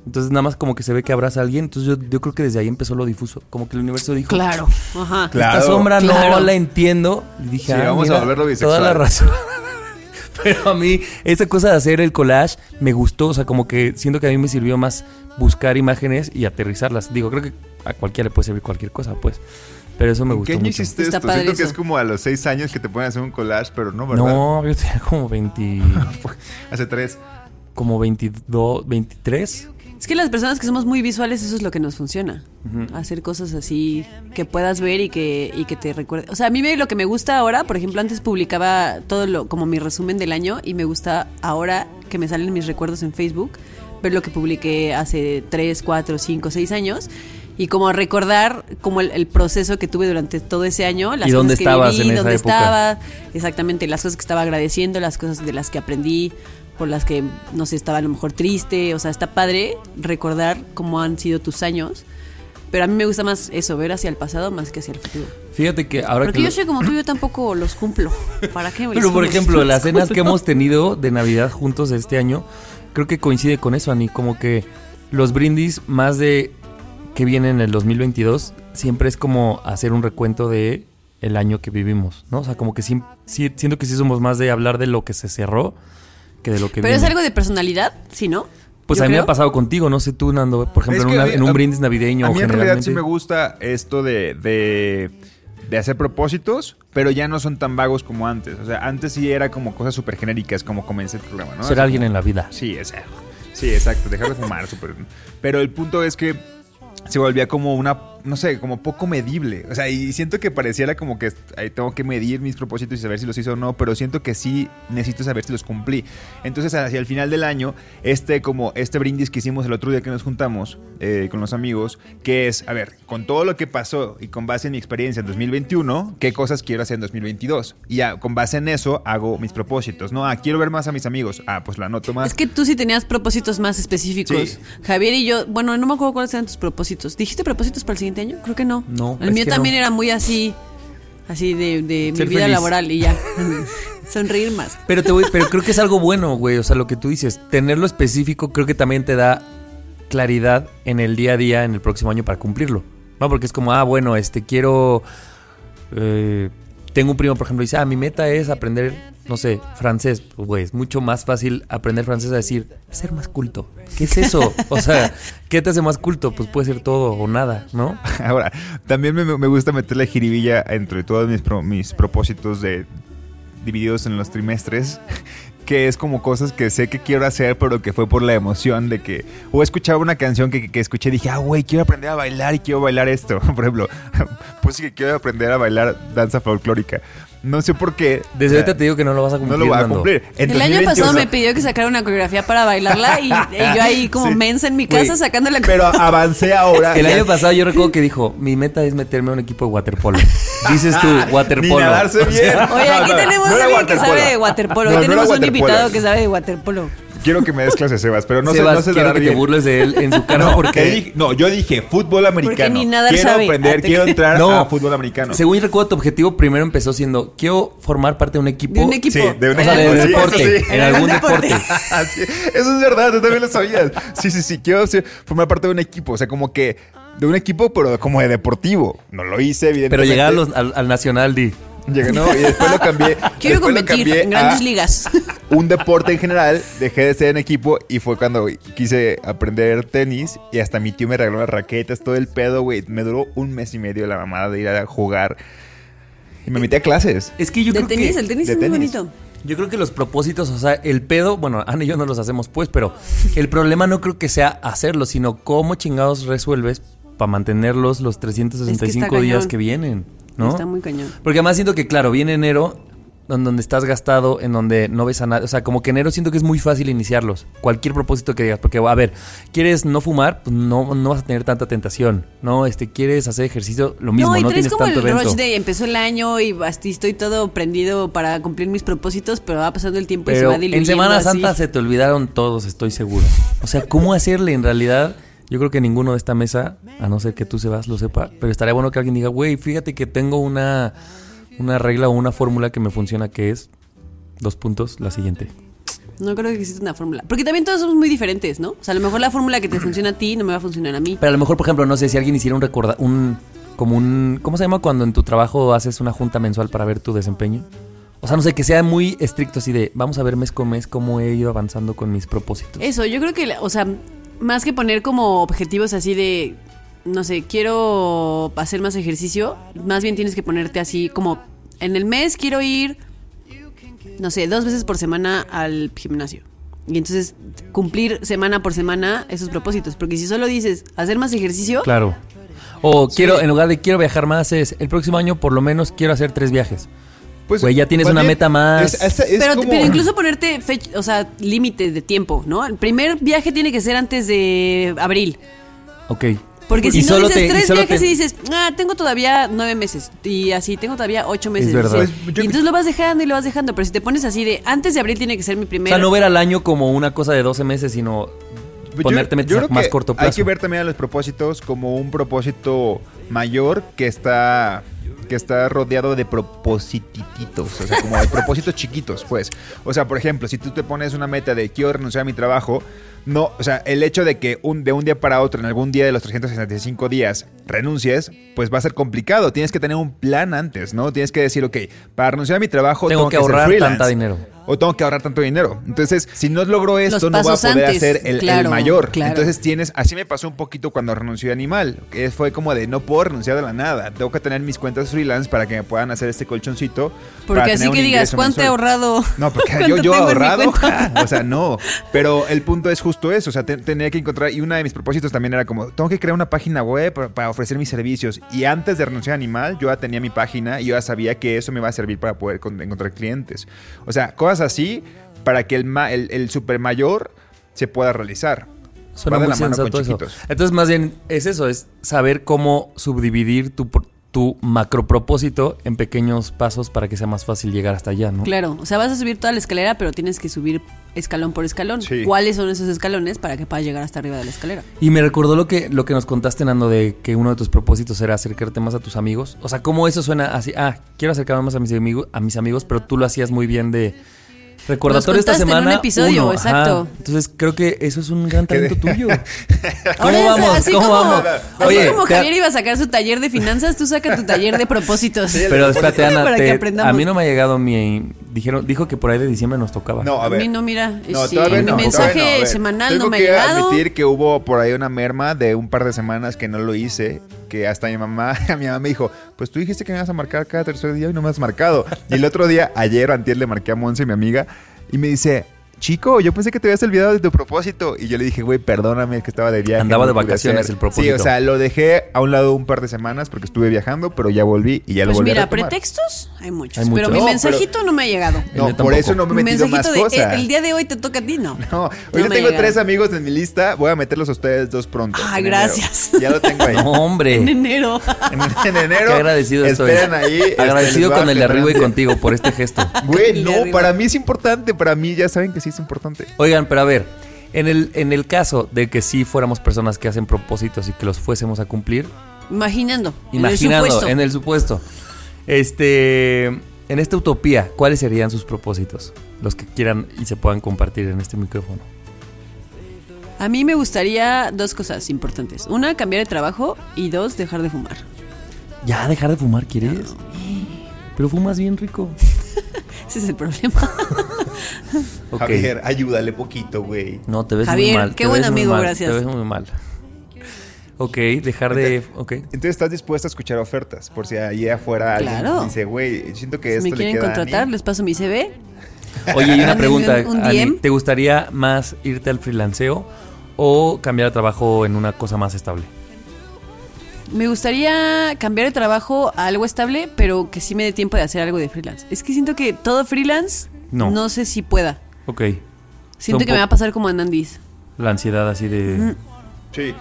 S2: Entonces nada más como que se ve que abraza a alguien, entonces yo, yo creo que desde ahí empezó lo difuso, como que el universo dijo,
S3: Claro. Ajá.
S4: Claro.
S2: esta sombra no
S3: Claro.
S2: la entiendo. Y dije,
S4: Sí,
S2: "Ah,
S4: vamos a
S2: mira,
S4: volverlo bisexual".
S2: Toda la razón. Pero a mí, esa cosa de hacer el collage me gustó. O sea, como que siento que a mí me sirvió más buscar imágenes y aterrizarlas. Digo, creo que a cualquiera le puede servir cualquier cosa, pues. Pero eso me
S4: ¿En
S2: gustó
S4: ¿Qué año
S2: mucho.
S4: hiciste
S3: Está
S4: esto?
S3: padre
S4: Siento que
S3: eso.
S4: es como a los seis años que te pueden hacer un collage, pero no, ¿verdad?
S2: No, yo tenía como 20,
S4: Hace tres.
S2: como 22, 23.
S3: Es que las personas que somos muy visuales, eso es lo que nos funciona. Hacer cosas así que puedas ver y que, y que te recuerde. O sea, a mí me- lo que me gusta ahora, por ejemplo, antes publicaba todo lo, como mi resumen del año y me gusta ahora que me salen mis recuerdos en Facebook, ver lo que publiqué hace 3, 4, 5, 6 años y como recordar como el, el proceso que tuve durante todo ese año, las
S2: ¿Y dónde
S3: cosas que
S2: estabas
S3: viví,
S2: en esa
S3: dónde
S2: época?
S3: estaba, exactamente las cosas que estaba agradeciendo, las cosas de las que aprendí, por las que no sé, estaba a lo mejor triste, o sea, está padre recordar cómo han sido tus años, pero a mí me gusta más eso, ver hacia el pasado más que hacia el futuro.
S2: Fíjate que ahora que
S3: Porque yo
S2: lo-
S3: soy como tú, yo tampoco los cumplo. ¿Para qué? me
S2: Pero por
S3: los
S2: ejemplo, las cenas que
S3: cumplo?
S2: hemos tenido de Navidad juntos este año, creo que coincide con eso, Ani, como que los brindis más de que vienen en el 2022 siempre es como hacer un recuento de el año que vivimos, ¿no? O sea, como que sí- sí- siento que sí somos más de hablar de lo que se cerró que de lo que
S3: Pero
S2: viene.
S3: es algo de personalidad, ¿sí, ¿no?
S2: pues
S3: Yo
S2: a mí me
S3: creo.
S2: ha pasado contigo, no sé tú, Nando, por ejemplo,
S4: Es
S2: en,
S4: que
S2: una-
S4: a mí-
S2: en un
S4: a-
S2: brindis navideño
S4: A mí en realidad
S2: generalmente.
S4: sí me gusta esto de, de, de hacer propósitos, pero ya no son tan vagos como antes. O sea, antes sí era como cosas súper genéricas, como comencé el programa, ¿no?
S2: Ser
S4: Así
S2: alguien en la vida.
S4: Sí, exacto. Sí, exacto. Dejar de fumar, súper. Pero el punto es que se volvía como una, no sé, como poco medible. O sea, y siento que pareciera como que ay, tengo que medir mis propósitos y saber si los hice o no, pero siento que sí necesito saber si los cumplí. Entonces, hacia el final del año, este como este brindis que hicimos el otro día que nos juntamos eh, con los amigos, que es, a ver, con todo lo que pasó y con base en mi experiencia en 2021, ¿qué cosas quiero hacer en 2022? Y ya, con base en eso hago mis propósitos. No, ah, quiero ver más a mis amigos. Ah, pues lo anoto más.
S3: Es que tú sí tenías propósitos más específicos.
S4: Sí.
S3: Javier y yo, bueno, no me acuerdo cuáles eran tus propósitos. ¿Dijiste propósitos para el siguiente año? Creo que no.
S2: No,
S3: El
S2: es
S3: mío
S2: que
S3: también
S2: no.
S3: era muy así, así de, de mi
S2: Ser
S3: vida
S2: feliz.
S3: laboral y ya. Sonreír más.
S2: Pero, te voy- pero creo que es algo bueno, güey. O sea, lo que tú dices, tenerlo específico creo que también te da claridad en el día a día, en el próximo año para cumplirlo. ¿No? Porque es como, ah, bueno, este, quiero... eh, tengo un primo, por ejemplo, y dice, ah, mi meta es aprender, no sé, francés. Pues, güey, es mucho más fácil aprender francés a decir, ser más culto. ¿Qué es eso? O sea, ¿qué te hace más culto? Pues puede ser todo o nada, ¿no?
S4: Ahora, también me, me gusta meter la jiribilla entre todos mis, pro- mis propósitos de divididos en los trimestres, que es como cosas que sé que quiero hacer, pero que fue por la emoción de que, o escuchaba una canción que, que escuché y dije, ah, güey, quiero aprender a bailar y quiero bailar esto. Por ejemplo, pues sí que quiero aprender a bailar danza folclórica. No sé por qué.
S2: Desde
S4: o sea,
S2: ahorita te digo que no lo vas a
S4: no
S2: cumplir.
S4: lo voy a
S2: Nando.
S4: cumplir. En
S3: el año
S4: 2021
S3: pasado me pidió que sacara una coreografía para bailarla y, y yo ahí como
S4: Sí.
S3: mensa en mi casa
S4: Güey,
S3: sacando la
S4: Pero avancé ahora.
S2: El
S4: Ah, Ya-
S2: año pasado yo recuerdo que dijo, mi meta es meterme a un equipo de waterpolo. Dices tú, waterpolo.
S4: Ni nadarse
S2: O sea,
S4: bien.
S3: Oye, aquí
S4: No, no,
S3: tenemos
S4: no era
S3: alguien que
S4: waterpolo.
S3: sabe de waterpolo.
S4: No,
S3: Hoy
S4: no era
S3: tenemos un
S4: waterpolo.
S3: invitado que sabe de waterpolo.
S4: Quiero que me des clases, Sebas, pero no
S2: Sebas,
S4: sé, no sé
S2: quiero
S4: nadar
S2: que te
S4: bien.
S2: burles de él en su cara
S4: No, te
S2: porque...
S4: dije- no, yo dije fútbol americano.
S3: ni nadar
S4: quiero
S3: sabe.
S4: aprender,
S3: Ah, te-
S4: quiero entrar
S2: No.
S4: a fútbol americano.
S2: Según yo recuerdo, tu objetivo primero empezó siendo, quiero formar parte de un equipo...
S3: De un equipo.
S4: Oh, Sí, de un
S2: O sea, de
S4: equipo, sí,
S2: deporte,
S4: eso sí.
S2: en algún
S3: Deporte.
S2: deporte.
S4: Así- Ah, Eso es verdad, tú también lo sabías. Sí, sí, sí, quiero ser- formar parte de un equipo, o sea, como que de un equipo, pero como de deportivo. No lo hice, evidentemente.
S2: Pero llegar a los- al, al Nacional, di.
S4: Llegué, no, y después lo cambié.
S3: Quiero
S4: después lo
S3: competir
S4: cambié
S3: en grandes
S4: a
S3: ligas.
S4: Un deporte en general, dejé de ser en equipo y fue cuando quise aprender tenis y hasta mi tío me regaló las raquetas, todo el pedo, güey. Me duró un mes y medio la mamada de ir a jugar y me metí a clases.
S2: Es que yo
S3: de
S2: creo
S3: tenis,
S2: que...
S3: el tenis
S4: de
S3: es muy
S4: tenis.
S3: bonito.
S2: Yo creo que los propósitos, o sea, el pedo, bueno, Ana y yo no los hacemos pues, pero el problema no creo que sea hacerlo, sino cómo chingados resuelves para mantenerlos los 365
S3: Es que está
S2: días
S3: cañón.
S2: que vienen. ¿no?
S3: Está muy cañón.
S2: Porque además siento que, claro, viene enero, en donde estás gastado, en donde no ves a nadie. O sea, como que enero siento que es muy fácil iniciarlos. Cualquier propósito que digas. Porque, a ver, ¿quieres no fumar? Pues no, no vas a tener tanta tentación. ¿No? Este, ¿quieres hacer ejercicio? Lo mismo,
S3: no,
S2: no,
S3: y traes
S2: tienes
S3: como
S2: tanto
S3: el
S2: evento.
S3: rush de empezó el año y basti- estoy todo prendido para cumplir mis propósitos, pero va pasando el tiempo y se
S2: Pero
S3: va diluyendo.
S2: en Semana
S3: así.
S2: Santa se te olvidaron todos, estoy seguro. O sea, ¿cómo hacerle en realidad? Yo creo que ninguno de esta mesa, a no ser que tú, Sebas, lo sepa, pero estaría bueno que alguien diga, güey, fíjate que tengo una, una regla o una fórmula que me funciona que es, dos puntos, la siguiente.
S3: No creo que exista una fórmula. Porque también todos somos muy diferentes, ¿no? O sea, a lo mejor la fórmula que te funciona a ti no me va a funcionar a mí.
S2: Pero a lo mejor, por ejemplo, no sé si alguien hiciera un recorda un como un ¿cómo se llama cuando en tu trabajo haces una junta mensual para ver tu desempeño? O sea, no sé, que sea muy estricto así de vamos a ver mes con mes cómo he ido avanzando con mis propósitos.
S3: Eso, yo creo que, la- o sea, más que poner como objetivos así de, no sé, quiero hacer más ejercicio, más bien tienes que ponerte así como, en el mes quiero ir, no sé, dos veces por semana al gimnasio. Y entonces cumplir semana por semana esos propósitos. Porque si solo dices hacer más ejercicio,
S2: Claro. O quiero, en lugar de quiero viajar más, es el próximo año por lo menos quiero hacer tres viajes. Güey, ya tienes
S4: más
S2: una
S4: bien,
S2: meta más.
S4: es
S3: pero,
S4: como-
S3: pero incluso ponerte fech- o sea, límites de tiempo, ¿no? El primer viaje tiene que ser antes de abril.
S2: Ok.
S3: Porque si
S2: Y
S3: no
S2: solo
S3: dices
S2: te- y
S3: tres
S2: solo
S3: viajes
S2: te-
S3: y dices, ah, tengo todavía nueve meses. Y así, tengo todavía ocho meses.
S2: verdad.
S3: Pues,
S4: Pues,
S3: y
S4: yo-
S3: entonces lo vas dejando y lo vas dejando. Pero si te pones así de, antes de abril tiene que ser mi
S2: O
S3: primer.
S2: sea, no ver al año como una cosa de 12 meses, sino
S4: Pues yo-
S2: ponerte metas
S4: yo
S2: a
S4: creo
S2: más
S4: que
S2: corto
S4: Hay
S2: plazo.
S4: que ver también a los propósitos como un propósito mayor que está que está rodeado de propositititos, o sea, como de propósitos chiquitos, pues. O sea, por ejemplo, si tú te pones una meta de quiero renunciar a mi trabajo, no, o sea, el hecho de que un, de un día para otro, en algún día de los 365 días, renuncies, pues va a ser complicado. Tienes que tener un plan antes, ¿no? Tienes que decir, ok, para renunciar a mi trabajo
S2: Tengo
S4: tengo,
S2: que
S4: ser
S2: ahorrar
S4: freelance,
S2: tanta dinero.
S4: O tengo que ahorrar tanto dinero. Entonces, si no logro esto, no voy a
S3: pasos
S4: poder
S3: antes,
S4: hacer el, el
S3: claro,
S4: mayor.
S3: claro.
S4: Entonces, tienes, así me pasó un poquito cuando renuncié a Animal, que fue como de no puedo renunciar de la nada, tengo que tener mis cuentas freelance para que me puedan hacer este colchoncito. para
S3: Porque así
S4: tener un
S3: que digas,
S4: ingreso
S3: ¿cuánto he
S4: mensual".
S3: ahorrado?
S4: No, porque
S3: ¿Cuánto
S4: yo, yo
S3: tengo en mi
S4: ahorrado,
S3: cuenta?
S4: ja, o sea, no. Pero el punto es justo eso, o sea, te- tenía que encontrar, y uno de mis propósitos también era como, tengo que crear una página web para, para ofrecer mis servicios. Y antes de renunciar a Animal, yo ya tenía mi página y yo ya sabía que eso me iba a servir para poder con- encontrar clientes. O sea, cosas así para que el, ma- el, el supermayor se pueda realizar.
S2: Suena
S4: Va de
S2: muy
S4: la mano
S2: sensato
S4: con
S2: eso.
S4: chiquitos.
S2: Entonces, más bien, es eso, es saber cómo subdividir tu, pro- tu macropropósito en pequeños pasos para que sea más fácil llegar hasta allá, ¿no?
S3: Claro, o sea, vas a subir toda la escalera, pero tienes que subir escalón por escalón.
S4: Sí.
S3: ¿Cuáles son esos escalones para que puedas llegar hasta arriba de la escalera?
S2: Y me recordó lo que, lo que nos contaste, Nando, de que uno de tus propósitos era acercarte más a tus amigos. O sea, ¿cómo eso suena así? Ah, quiero acercarme más a mis amigos, a mis amigos pero tú lo hacías muy bien de recordatorio
S3: Nos
S2: esta
S3: contaste en un
S2: semana.
S3: episodio,
S2: uno,
S3: exacto.
S2: Entonces creo que eso es un gran talento tuyo.
S3: Ahora
S2: ¿Cómo
S3: ya sabes,
S2: vamos?
S3: Así
S2: ¿Cómo
S3: como,
S2: vamos?
S3: así como
S2: te-
S3: Javier iba a sacar su taller de finanzas, tú saca tu taller de propósitos.
S2: pero espérate, Ana,
S3: Para que
S2: te-
S3: aprendamos.
S2: a mí no me ha llegado mi... Dijeron, dijo que por ahí de diciembre nos tocaba.
S4: No, a
S3: A
S4: ver.
S3: mí no, mira. eh,
S4: No,
S3: sí,
S4: todavía
S3: mi
S4: no.
S3: mensaje
S4: todavía no. A ver,
S3: semanal
S4: tengo
S3: no me ha
S4: que
S3: llegado.
S4: admitir que hubo por ahí una merma de un par de semanas que no lo hice, que hasta mi mamá, a mi mamá me dijo, pues tú dijiste que me vas a marcar cada tercer día y no me has marcado. Y el otro día, ayer o antier, le marqué a Monse, mi amiga, y me dice... Chico, yo pensé que te habías olvidado de tu propósito. Y yo le dije, güey, perdóname, es que estaba de viaje.
S2: Andaba
S4: no
S2: de
S4: lo pude
S2: vacaciones
S4: hacer".
S2: el propósito.
S4: Sí, o sea, lo dejé a un lado un par de semanas porque estuve viajando, pero ya volví y ya lo
S3: Pues
S4: volví a
S3: mira,
S4: retomar.
S3: pretextos hay muchos.
S2: Hay muchos.
S3: Pero mi
S4: No,
S3: mensajito no me ha llegado.
S2: El mío
S4: No, por
S2: tampoco.
S4: eso no me he
S3: mi
S4: metido más
S3: mensajito de
S4: cosas.
S3: "Eh, el día de hoy te toca a ti, no.
S4: No,
S3: No
S4: hoy yo
S3: me
S4: tengo
S3: llegaron.
S4: tres amigos en mi lista. Voy a meterlos a ustedes dos pronto.
S3: Ay,
S4: en enero.
S3: Ah, gracias.
S4: Ya lo tengo ahí.
S2: No, hombre.
S3: En enero.
S4: En, en enero.
S2: Qué agradecido estoy.
S4: Esperen ahí. este, les
S2: Agradecido
S4: voy a
S2: con el de
S4: generar-
S2: arriba y contigo por este gesto.
S3: El
S4: Güey,
S3: de
S4: no,
S3: arriba.
S4: para mí es importante. Para mí ya saben que sí es importante.
S2: Oigan, pero a ver, en el, en el caso de que sí fuéramos personas que hacen propósitos y que los fuésemos a cumplir,
S3: Imaginando.
S2: imaginando,
S3: En el supuesto.
S2: en el supuesto, este, en esta utopía, ¿cuáles serían sus propósitos? Los que quieran y se puedan compartir en este micrófono.
S3: A mí me gustaría dos cosas importantes. Una, cambiar de trabajo. Y dos, dejar de fumar.
S2: Ya, dejar de fumar, ¿quieres? Pero fumas bien rico.
S3: Ese es el problema.
S2: Ok.
S4: Javier, ayúdale poquito, güey.
S2: No, te ves muy
S3: Javier,
S2: mal.
S3: qué
S2: te
S3: buen
S2: ves muy
S3: amigo,
S2: mal,
S3: gracias.
S2: Te ves muy mal. Ok, dejar de... Ok.
S4: Entonces estás dispuesta a escuchar ofertas. Por si ahí afuera
S3: Claro.
S4: alguien dice, güey, siento que
S3: Si me
S4: esto le
S3: quieren
S4: queda a
S3: contratar,
S4: Ani".
S3: les paso mi CV.
S2: Oye, y una
S3: Mándenme
S2: pregunta,
S3: un- un
S2: Ani,
S3: DM.
S2: ¿te gustaría más irte al freelanceo o cambiar de trabajo en una cosa más estable?
S3: Me gustaría cambiar de trabajo a algo estable, pero que sí me dé tiempo de hacer algo de freelance. Es que siento que todo freelance
S2: No.
S3: no, sé si pueda.
S2: Ok. Son
S3: Siento que me va a
S2: po-
S3: pasar como a Nandis.
S2: La ansiedad así
S3: Mm,
S2: de...
S4: Sí.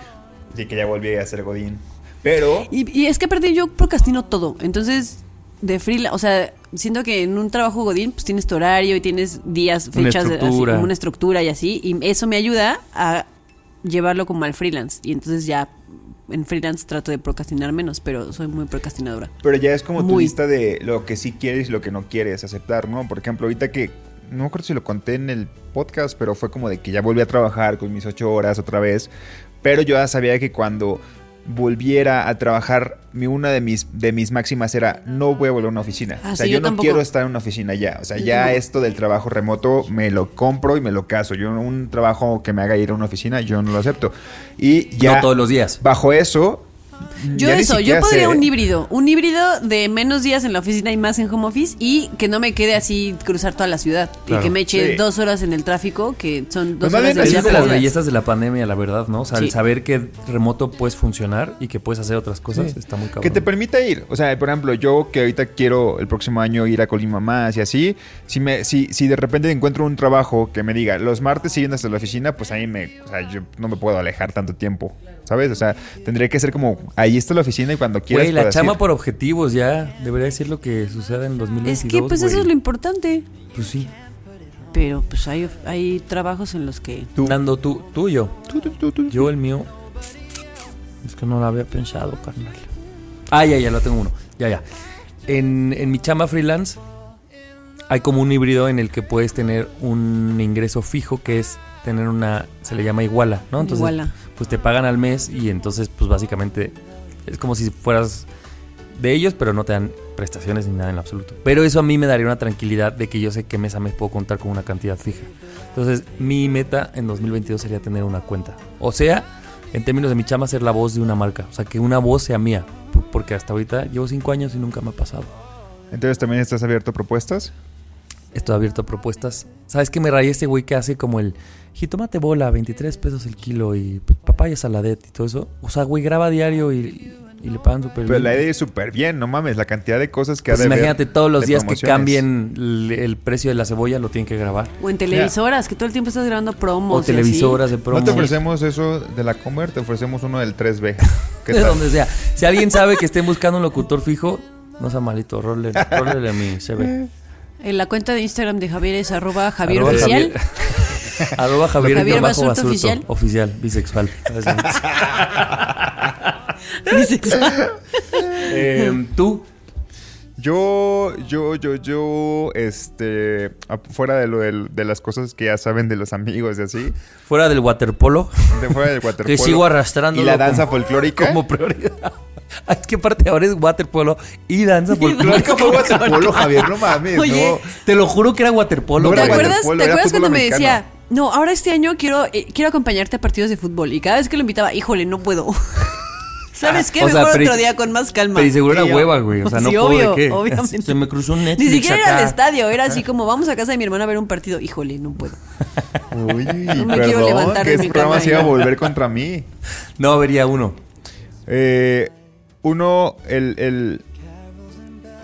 S4: Sí, que ya volví a ser Godín. Pero.
S3: Y, y es que aparte yo procrastino todo. Entonces, de freelance, o sea, siento que en un trabajo godín, pues tienes tu horario y tienes días,
S2: Una
S3: fechas, así,
S2: estructura.
S3: como una estructura y así. Y eso me ayuda a llevarlo como al freelance. Y entonces ya en freelance trato de procrastinar menos, pero soy muy procrastinadora.
S4: Pero ya es como tu
S3: Muy.
S4: lista de lo que sí quieres y lo que no quieres aceptar, ¿no? Por ejemplo, ahorita que. No me acuerdo si lo conté en el podcast, pero fue como de que ya volví a trabajar con mis ocho horas otra vez. Pero yo ya sabía que cuando volviera a trabajar, mi, una de mis, de mis máximas era no voy a volver a una oficina.
S3: Ah,
S4: o sea,
S3: sí,
S4: yo,
S3: yo
S4: no
S3: tampoco.
S4: quiero estar en una oficina ya. O sea,
S3: Yo
S4: ya
S3: tampoco.
S4: esto del trabajo remoto me lo compro y me lo caso. Yo un trabajo que me haga ir a una oficina, yo no lo acepto. Y ya
S2: No todos los días.
S4: bajo eso...
S3: Yo
S4: ya ni
S3: eso, yo
S4: siquiera
S3: podría
S4: sé- ¿eh?
S3: un híbrido, un híbrido de menos días en la oficina y más en home office y que no me quede así cruzar toda la ciudad
S2: Claro.
S3: y que me eche
S4: Sí.
S3: dos horas en el tráfico, que son dos
S4: Pues más
S3: horas
S4: bien
S3: de
S4: así
S2: Es
S3: vida
S2: una de las
S3: perdidas.
S2: bellezas de la pandemia, la verdad, ¿no? O sea, el
S3: Sí.
S2: saber que remoto puedes funcionar y que puedes hacer otras cosas está muy cabrón.
S4: Que te permita ir. O sea, por ejemplo, yo que ahorita quiero el próximo año ir a Colima más y así, si, me, si, si de repente encuentro un trabajo que me diga, los martes siguen hasta la oficina, pues ahí me, o sea, yo no me puedo alejar tanto tiempo, ¿sabes? O sea, tendría que ser como, ahí está la oficina y cuando quieras...
S2: Güey, la
S4: puedas
S2: chama
S4: ir.
S2: por objetivos ya. Debería decir lo que suceda en 2022,
S3: Es que pues eso es lo
S2: güey.
S3: importante.
S2: Pues sí.
S3: Pero pues hay, hay trabajos en los que...
S4: Tú.
S2: Nando, tú, tú y yo.
S4: Tú, tú, tú, tú.
S2: Yo el mío. Es que no lo había pensado, carnal. Ah, ya, ya, lo tengo uno. Ya, ya. En, en mi chama freelance hay como un híbrido en el que puedes tener un ingreso fijo que es tener una. Se le llama iguala, ¿no? Entonces,
S3: Iguala.
S2: pues te pagan al mes y entonces, pues básicamente es como si fueras de ellos, pero no te dan prestaciones ni nada en lo absoluto. Pero eso a mí me daría una tranquilidad de que yo sé que mes a mes puedo contar con una cantidad fija. Entonces, mi meta en 2022 sería tener una cuenta. O sea, en términos de mi chama, ser la voz de una marca. O sea, que una voz sea mía. P- Porque hasta ahorita llevo cinco años y nunca me ha pasado.
S4: Entonces también estás abierto a propuestas.
S2: Estoy abierto a propuestas. ¿Sabes qué me rayé este güey que hace como el jitomate bola, 23 pesos el kilo y p- papaya saladet y todo eso? O sea, güey, graba diario y, y le pagan súper
S4: Pero
S2: bien.
S4: Pues, la idea es súper bien, no mames, la cantidad de cosas que ha
S2: Pues
S4: de haber
S2: imagínate todos los
S4: de
S2: días que
S4: promociones.
S2: cambien el, el precio de la cebolla, lo tienen que grabar.
S3: O en televisoras, que todo el tiempo estás grabando promos.
S2: O
S3: y así.
S2: televisoras de promo.
S4: No te ofrecemos eso de la Comer, te ofrecemos uno del 3B. ¿Qué
S2: de
S4: tal?
S2: donde sea. Si alguien sabe que estén buscando un locutor fijo, no sea malito, rólele rólele a mi CV.
S3: En la cuenta de Instagram de Javier es arroba Javier
S2: Arroba
S3: Oficial.
S2: Javier- Arroba Javier,
S3: Javier
S2: guión bajo
S3: Basurto
S2: Basurto, oficial.
S3: oficial.
S2: bisexual.
S3: Bisexual.
S2: Eh, Tú,
S4: Yo, yo, yo, yo, este, fuera de lo del- de las cosas que ya saben de los amigos y así,
S2: fuera del waterpolo,
S4: de fuera del waterpolo.
S2: que sigo arrastrando.
S4: Y la danza folclórica.
S2: Como prioridad. Ah, Es que aparte ahora es waterpolo y danza folclórica.
S4: ¿Cómo waterpolo, Javier? No mames,
S3: Oye,
S4: no.
S2: Te lo juro que era waterpolo.
S4: No
S3: ¿Te
S4: era
S2: güey.
S3: acuerdas,
S4: waterpolo,
S3: ¿te
S4: era
S3: acuerdas
S4: fútbol
S3: cuando me
S4: americano.
S3: decía, no, ahora este año quiero, eh, quiero acompañarte a partidos de fútbol? Y cada vez que lo invitaba, híjole, no puedo. ¿Sabes qué?
S2: O sea,
S3: Mejor
S2: pero-
S3: otro día con más calma.
S2: Pero y seguro era
S4: Sí,
S2: hueva, güey. O sea, no
S3: Sí,
S2: puedo
S3: obvio,
S2: de qué.
S3: obviamente.
S2: Se me cruzó un
S3: Ni
S2: Netflix
S3: siquiera
S2: acá.
S3: era al estadio, era así como, vamos a casa de mi hermana a ver un partido. Híjole, no puedo.
S4: Uy,
S3: me quiero
S4: perdón,
S3: levantar
S4: que
S3: de
S4: este
S3: mi
S4: programa
S3: cama
S4: se iba a
S3: ya.
S4: volver contra mí.
S2: No, vería uno.
S4: Eh, uno, el, el,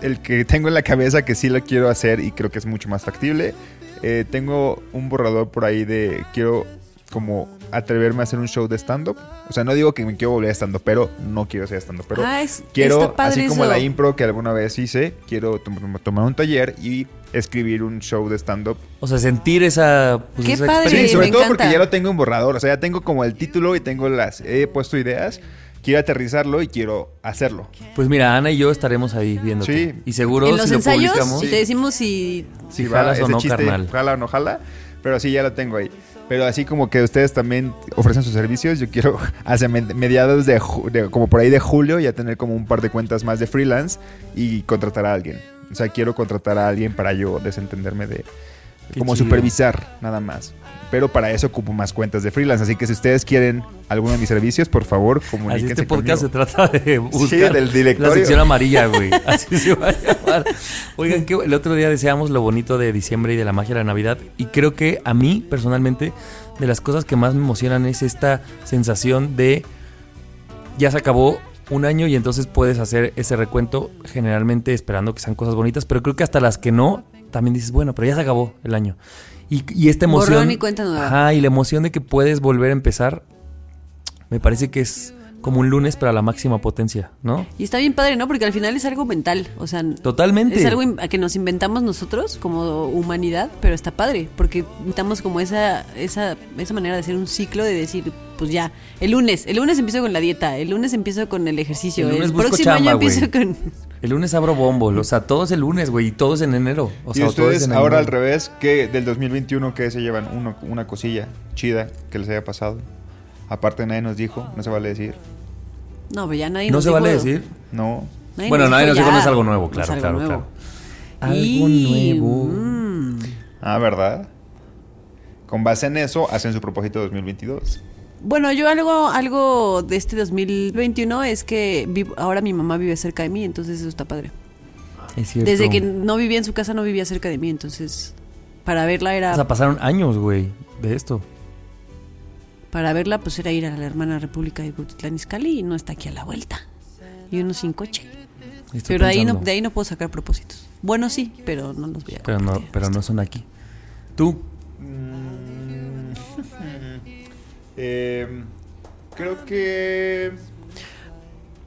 S4: el que tengo en la cabeza que sí lo quiero hacer y creo que es mucho más factible. eh, tengo un borrador por ahí de quiero como atreverme a hacer un show de stand-up. O sea, no digo que me quiero volver a stand-up, pero no quiero ser stand-up. Pero
S3: Ah, es-
S4: quiero,
S3: está padre
S4: así como
S3: eso.
S4: la impro que alguna vez hice, quiero tom- tom- tomar un taller y escribir un show de stand-up
S2: O sea, sentir esa. pues,
S3: Qué
S2: esa
S3: padre.
S4: Sí,
S2: experiencia.
S4: sobre
S3: me
S4: todo
S3: encanta.
S4: porque ya lo tengo en borrador. O sea, ya tengo como el título y tengo las. He puesto ideas. Quiero aterrizarlo y quiero hacerlo.
S2: Pues mira, Ana y yo estaremos ahí viéndote.
S4: Sí.
S2: Y seguro
S3: en los
S2: si
S3: ensayos
S2: lo publicamos.
S3: te decimos si
S2: Si jalas o
S4: ese
S2: no, carnal.
S4: Jala o no jala. Pero sí, ya lo tengo ahí. Pero así como que ustedes también ofrecen sus servicios, yo quiero hacia me- mediados de, ju- de- como por ahí de julio ya tener como un par de cuentas más de freelance y contratar a alguien. O sea, quiero contratar a alguien para yo desentenderme de
S2: Qué
S4: como
S2: chido.
S4: supervisar nada más. Pero para eso ocupo más cuentas de freelance, así que si ustedes quieren alguno de mis servicios, por favor,
S2: Así
S4: comuníquense
S2: este podcast
S4: conmigo.
S2: se trata de buscar
S4: del
S2: la
S4: directorio.
S2: sección amarilla, güey. Así se va a llamar. Oigan, que el otro día deseamos lo bonito de diciembre y de la magia de la Navidad. Y creo que a mí, personalmente, de las cosas que más me emocionan es esta sensación de ya se acabó un año y entonces puedes hacer ese recuento generalmente esperando que sean cosas bonitas, pero creo que hasta las que no, también dices, bueno, pero ya se acabó el año. Y, y esta emoción...
S3: Borrón y cuenta nueva.
S2: Ajá, y la emoción de que puedes volver a empezar, me parece que es como un lunes para la máxima potencia, ¿no?
S3: Y está bien padre, ¿no? Porque al final es algo mental, o sea,
S2: Totalmente.
S3: es algo in- que nos inventamos nosotros como humanidad, pero está padre, porque inventamos como esa, esa, esa manera de hacer un ciclo de decir, pues ya, el lunes, el lunes empiezo con la dieta, el lunes empiezo con el ejercicio,
S2: El
S3: el,
S2: lunes busco
S3: próximo
S2: chamba,
S3: año empiezo
S2: güey.
S3: con...
S2: El lunes abro bombo, o sea, todos el lunes, güey, y todos en enero. O sea,
S4: y
S2: o todos
S4: ustedes
S2: en
S4: ahora al
S2: enero.
S4: revés, que del 2021 que se llevan Uno- una cosilla chida que les haya pasado. Aparte nadie nos dijo, no se vale decir.
S3: No, pero ya nadie
S2: No
S3: nos
S2: se vale
S3: dijo-
S2: decir.
S4: No.
S2: Bueno, nadie nos
S3: ya.
S2: dijo, no es algo nuevo, claro,
S3: No es
S2: claro,
S3: algo
S2: claro.
S3: Y-
S2: Mm.
S4: Ah, ¿verdad? Con base en eso hacen su propósito 2022.
S3: Bueno, yo algo, algo de este 2021 es que vivo- ahora mi mamá vive cerca de mí, entonces eso está padre.
S2: Es cierto.
S3: Desde que no vivía en su casa, no vivía cerca de mí, entonces para verla era...
S2: O sea, pasaron años, güey, de esto.
S3: Para verla, pues era ir a la hermana República de Cuautitlán Izcalli y no está aquí a la vuelta. Y uno sin coche.
S2: Estoy
S3: pero ahí no,
S2: pensando.
S3: de ahí no puedo sacar propósitos. Bueno, sí, pero no los voy a
S2: Pero no,
S3: compartir.
S2: pero no son aquí. Tú,
S4: Eh, creo que...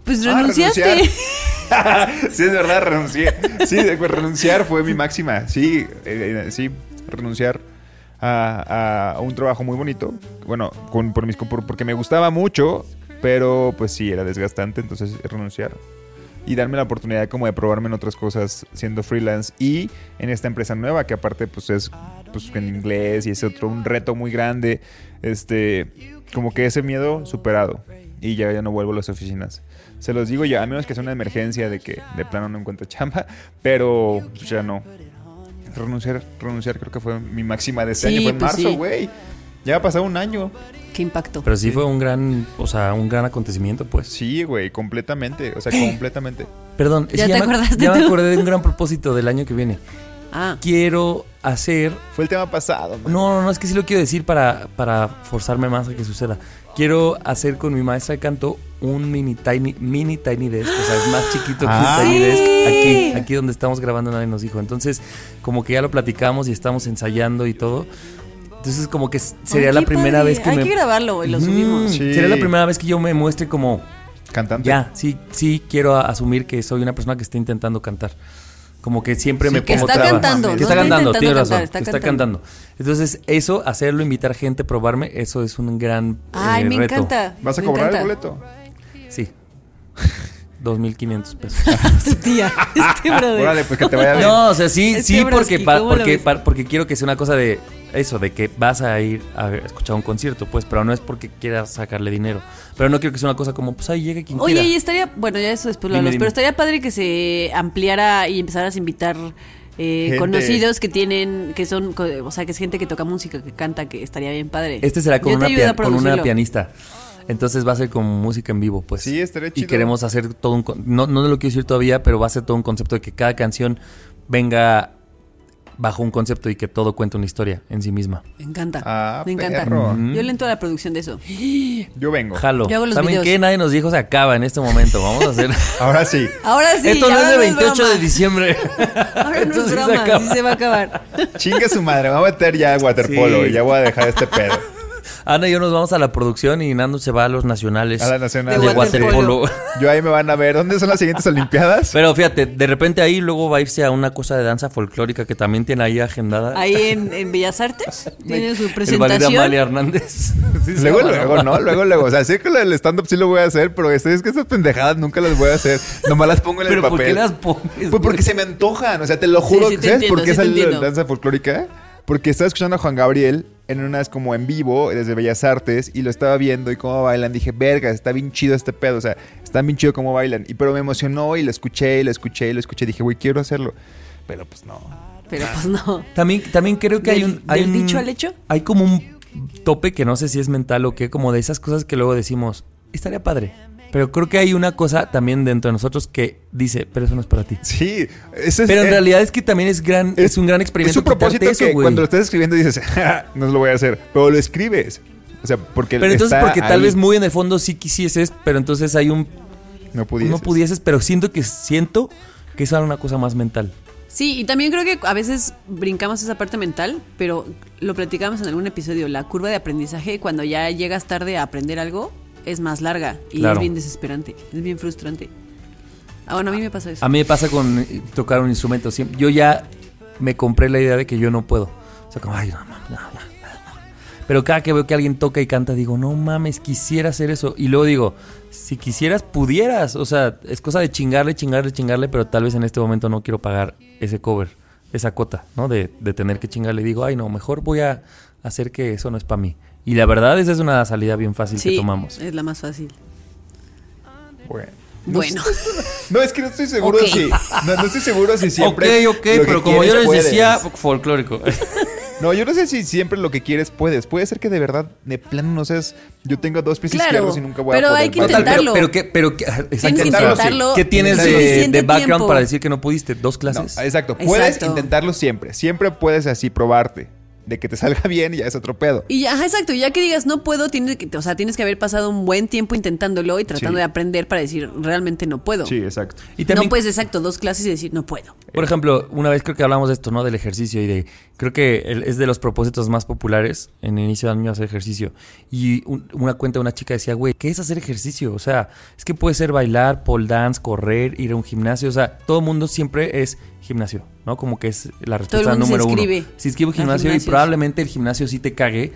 S3: Pues
S4: Ah,
S3: renunciaste.
S4: renunciar. sí, es verdad, renuncié. Sí, de- pues, renunciar fue mi máxima. Sí, eh, eh, sí, renunciar a, a un trabajo muy bonito. Bueno, con, por mis, por- porque me gustaba mucho, pero pues sí, era desgastante, entonces renunciar. Y darme la oportunidad como de probarme en otras cosas siendo freelance y en esta empresa nueva que aparte pues es pues, en inglés y es otro un reto muy grande. Este, como que ese miedo superado y ya, ya no vuelvo a las oficinas. Se los digo ya, a menos que sea una emergencia de que de plano no encuentro chamba, pero pues, ya no. Renunciar, renunciar creo que fue mi máxima de este
S3: Sí,
S4: año, fue en
S3: pues,
S4: marzo,
S3: sí.
S4: güey. Ya ha pasado un año.
S3: Qué impacto.
S2: pero sí, fue un gran, o sea, un gran acontecimiento, pues.
S4: Sí, güey, completamente, o sea, completamente.
S2: Perdón, es
S3: Ya
S2: que
S3: te
S2: me-
S3: acordaste
S2: ya me
S3: tú.
S2: acordé de un gran propósito del año que viene.
S3: Ah,
S2: Quiero hacer
S4: Fue el tema pasado, man.
S2: No, no, no, es que sí lo quiero decir para, para forzarme más a que suceda. Quiero hacer con mi maestra de canto un mini tiny, mini tiny desk, o sea, es más chiquito que
S4: Ah.
S2: un tiny
S3: ¡Sí!
S2: desk. Aquí, aquí donde estamos grabando nadie nos dijo. Entonces, como que ya lo platicamos y estamos ensayando y todo. Entonces, como que s- sería
S3: Ay,
S2: la
S3: qué
S2: primera
S3: padre.
S2: vez que
S3: Hay
S2: me... Mm.
S3: que grabarlo y lo
S2: Ujú,
S3: subimos.
S4: Sí.
S2: Sería la primera vez que yo me muestre como,
S4: Cantante.
S2: ya, sí, sí quiero a- asumir que soy una persona que está intentando cantar. Como que siempre
S4: Sí,
S2: me
S4: que
S2: pongo
S4: está
S2: trabas.
S4: cantando,
S2: Que
S4: no
S2: está
S4: está
S2: cantando,
S3: intentando
S2: tienes
S3: cantar,
S2: razón.
S3: está
S2: que está
S3: cantando.
S2: cantando. Entonces, eso, hacerlo, invitar gente, probarme, eso es un gran
S3: ay,
S2: eh,
S3: me
S2: reto.
S3: encanta.
S4: ¿Vas a
S3: me
S4: cobrar el
S3: encanta.
S4: boleto?
S2: Sí. 2.500 pesos.
S3: Tu tía, este brother.
S4: Órale, pues que te vaya bien.
S2: no, o sea, sí,
S3: Este
S2: sí, porque,
S3: Broski,
S2: pa-
S3: ¿cómo lo
S2: porque,
S3: ves?
S2: pa- porque quiero que sea una cosa de eso, de que vas a ir a escuchar un concierto, pues, pero no es porque quieras sacarle dinero. Pero no quiero que sea una cosa como, pues ahí llega quien
S3: Oye,
S2: quiera.
S3: y estaría, bueno, ya eso después lo
S2: Dime,
S3: hablamos,
S2: dime.
S3: pero estaría padre que se ampliara y empezaras a invitar eh,
S4: Gente.
S3: conocidos que tienen, que son, co- o sea, que es gente que toca música, que canta, que estaría bien padre.
S2: Este será con
S3: Yo te
S2: una,
S3: ayudo
S2: pia-
S3: a
S2: con una
S3: producirlo.
S2: pianista. Entonces va a ser con música en vivo, pues.
S4: Sí, estaría
S2: Y
S4: chido.
S2: queremos hacer todo un... con- No, no lo quiero decir todavía, pero va a ser todo un concepto de que cada canción venga bajo un concepto y que todo cuente una historia en sí misma.
S3: Me encanta.
S4: Ah,
S3: me encanta.
S4: perro. Ujú.
S3: Yo le entro a la producción de eso.
S4: Yo vengo.
S2: Jalo.
S3: Yo hago los
S2: ¿Saben
S3: videos.
S2: qué? Nadie nos dijo se acaba en este momento. Vamos a hacer...
S4: Ahora sí.
S3: Ahora sí.
S2: Esto no es
S3: ahora
S2: de 28
S3: broma.
S2: de diciembre.
S3: Ahora no
S2: Esto sí
S3: es
S2: se
S3: broma,
S2: acaba.
S3: sí se va a acabar.
S4: Chinga su madre, me voy a meter ya a waterpolo
S2: Sí.
S4: y ya voy a dejar este pedo.
S2: Ana y yo nos vamos a la producción y Nando se va a los nacionales.
S4: A la nacional.
S2: De
S3: De waterpolo.
S2: waterpolo.
S4: Yo ahí me van a ver. ¿Dónde son las siguientes Olimpiadas?
S2: Pero fíjate, de repente ahí luego va a irse a una cosa de danza folclórica que también tiene ahí agendada.
S3: Ahí en, en Bellas Artes tienen su
S2: El Valide
S3: presentación.
S2: Amalia Hernández. Sí, se
S4: Luego,
S2: llama,
S4: luego, ¿no? Luego, luego. O sea, sí que lo del stand-up sí lo voy a hacer, pero es es que esas pendejadas nunca las voy a hacer. Nomás las pongo en el
S2: Pero
S4: papel.
S2: ¿por qué las pones?
S4: Pues porque se me antojan. O sea, te lo juro.
S3: sí te
S4: ¿Sabes
S3: entiendo,
S4: por
S3: sí
S4: qué
S3: te
S4: salió la
S3: entiendo.
S4: danza folclórica? Porque estaba escuchando a Juan Gabriel en unas como en vivo desde Bellas Artes y lo estaba viendo y cómo bailan. Dije, verga, está bien chido este pedo. O sea, está bien chido cómo bailan. Y pero me emocionó y lo escuché y lo escuché y lo escuché. Dije, güey, quiero hacerlo. Pero pues no.
S3: Pero pues no.
S2: También, también creo que hay
S3: Del-
S2: un. Hay
S3: del
S2: un-
S3: dicho al hecho.
S2: Hay como un tope que no sé si es mental o qué, como de esas cosas que luego decimos, estaría padre. Pero creo que hay una cosa también dentro de nosotros que dice, pero eso no es para ti.
S4: Sí. Ese es-
S2: Pero en
S4: eh,
S2: realidad es que también es gran, es, un gran experimento.
S4: Es un propósito
S2: quitarte eso,
S4: que
S2: güey.
S4: cuando lo estás escribiendo dices, "Ja, no lo voy a hacer, pero lo escribes. O sea, porque.
S2: Pero entonces,
S4: está
S2: porque tal
S4: ahí.
S2: vez muy en el fondo sí quisieses, pero entonces hay un
S4: No pudieses.
S2: No pudieses, pero siento que siento que es una cosa más mental.
S3: Sí, y también creo que a veces brincamos esa parte mental, pero lo platicamos en algún episodio, la curva de aprendizaje cuando ya llegas tarde a aprender algo es más larga y
S2: Claro.
S3: es bien desesperante, es bien frustrante. Ah, bueno, a mí me pasa eso.
S2: A mí me pasa con eh, tocar un instrumento. Siem- Yo ya me compré la idea de que yo no puedo. O sea, como, ay, no, mames, no, no, no". Pero cada que veo que alguien toca y canta, digo, no mames, quisiera hacer eso. Y luego digo, si quisieras, pudieras. O sea, es cosa de chingarle, chingarle, chingarle, pero tal vez en este momento no quiero pagar ese cover, esa cuota, ¿no? De, de tener que chingarle. Digo, ay, no, mejor voy a hacer que eso no es para mí. Y la verdad, esa es una salida bien fácil que tomamos.
S3: es la más fácil.
S4: Bueno.
S3: Bueno,
S4: No, es que no estoy seguro
S3: Ok.
S4: si. No, no estoy seguro si
S2: Ok,
S4: siempre.
S2: ok,
S4: lo que
S2: pero como
S4: quieres,
S2: yo les
S4: puedes.
S2: decía, folclórico.
S4: No, yo no sé si siempre lo que quieres puedes. Puede ser que de verdad, de plano, no seas. Yo tengo dos pies
S3: Claro,
S4: izquierdos y nunca voy
S3: pero
S4: a poder.
S3: hay que
S4: bailar.
S2: Total,
S3: intentarlo.
S2: Pero, pero qué- pero qué-
S3: tienes que
S4: Intentarlo, sí.
S3: intentarlo.
S2: ¿Qué tienes
S4: Intentarlo.
S2: de,
S3: suficiente
S2: de background
S3: tiempo.
S2: para decir que no pudiste? ¿Dos clases?
S4: No, exacto. Puedes
S3: Exacto.
S4: intentarlo siempre. Siempre puedes así probarte. De que te salga bien ya es otro pedo.
S3: Y ya, ajá, exacto, ya que digas no puedo, tienes que, o sea, tienes que haber pasado un buen tiempo intentándolo y tratando
S4: Sí.
S3: de aprender para decir realmente no puedo.
S4: Sí, exacto.
S2: y también,
S3: no puedes exacto dos clases y decir no puedo.
S2: por ejemplo, una vez creo que hablamos de esto, ¿no? Del ejercicio y de... Creo que el- es de los propósitos más populares en el inicio de año hacer ejercicio. Y un- una cuenta de una chica decía, güey, ¿qué es hacer ejercicio? O sea, es que puede ser bailar, pole dance, correr, ir a un gimnasio. O sea, todo el mundo siempre es gimnasio, ¿no? Como que es la respuesta
S3: mundo se
S2: número
S3: inscribe
S2: uno. Se inscribe
S3: a
S2: un gimnasio y
S3: gimnasios.
S2: probablemente... probablemente el gimnasio sí te cague,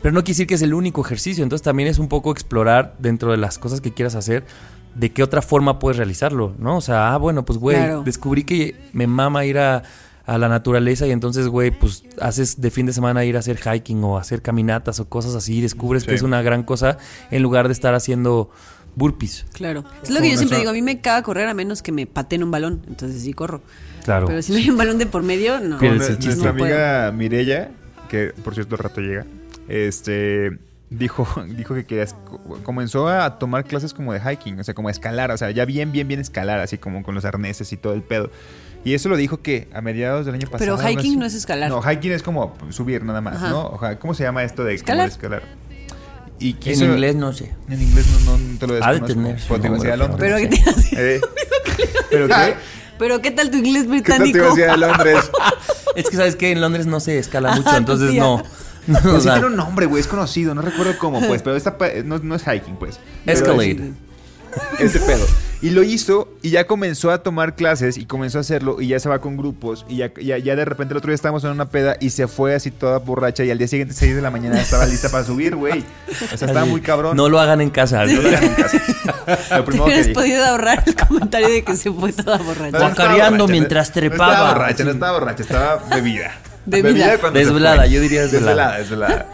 S2: pero no quiere decir que es el único ejercicio. Entonces también es un poco explorar dentro de las cosas que quieras hacer, de qué otra forma puedes realizarlo, ¿no? O sea, ah, bueno, pues güey,
S3: Claro.
S2: descubrí que me mama ir a, a la naturaleza y entonces, güey, pues haces de fin de semana ir a hacer hiking o hacer caminatas o cosas así, y descubres que es una gran cosa en lugar de estar haciendo burpees.
S3: Claro. Es lo que yo siempre
S4: nuestra-
S3: digo, a mí me caga correr a menos que me pateen un balón, entonces sí corro.
S2: Claro.
S3: Pero si no hay un balón de por medio, no.
S2: Pierdes
S4: Una-
S2: el chiste.
S4: Nuestra
S3: No puedo.
S4: amiga Mirella, que por cierto al rato llega, este dijo, dijo que querías- co- comenzó a tomar clases como de hiking, o sea, como a escalar, o sea, ya bien, bien, bien escalar, así como con los arneses y todo el pedo. Y eso lo dijo que a mediados del año pasado.
S3: Pero hiking
S4: sé-
S3: no es escalar.
S4: No, hiking es como subir nada más,
S3: Ajá.
S4: ¿no? O sea, ¿cómo se llama esto de
S3: Escalar.
S4: como escalar? Y
S2: en
S4: quiso-
S2: inglés no sé.
S4: En inglés no, no te lo
S2: Ha de
S4: desconozco.
S2: tener su
S4: Cuando te ibas a ir a
S2: nombre,
S4: Londres.
S3: Pero,
S2: Sí.
S3: ¿qué te hace?
S4: Eh, ¿Pero
S3: Ah,
S4: qué?
S3: Pero ¿qué tal tu inglés
S4: ¿Qué tal te
S3: británico?
S4: ibas a ir a Londres?
S2: Es que sabes que en Londres no se escala mucho,
S3: Ajá, tu
S2: entonces
S3: tía.
S2: no. no, o
S4: Pero Pues sí
S2: sea,
S4: tiene un nombre, güey, es conocido, no recuerdo cómo, pues, pero esta pa- no, no es hiking, pues. Pero
S2: escalade.
S4: es- Ese pedo. Y lo hizo y ya comenzó a tomar clases y comenzó a hacerlo y ya se va con grupos y ya, ya, ya de repente el otro día estábamos en una peda y se fue así toda borracha y al día siguiente 6 de la mañana estaba lista para subir, güey. O sea, estaba
S2: Así,
S4: muy cabrón.
S2: No lo hagan en casa.
S4: No lo hagan en casa. Lo
S3: Te
S4: primero que
S3: hubieras
S4: dije.
S3: podido ahorrar el comentario de que se fue toda
S4: No,
S3: borracha.
S4: no estaba
S2: Guacareando
S4: borracha,
S2: mientras
S4: no- No
S2: trepaba.
S4: estaba borracha, no estaba borracha, estaba bebida.
S3: Bebida.
S4: cuando se
S2: Desvelada,
S4: fue.
S2: yo diría desvelada.
S4: Desvelada, desvelada.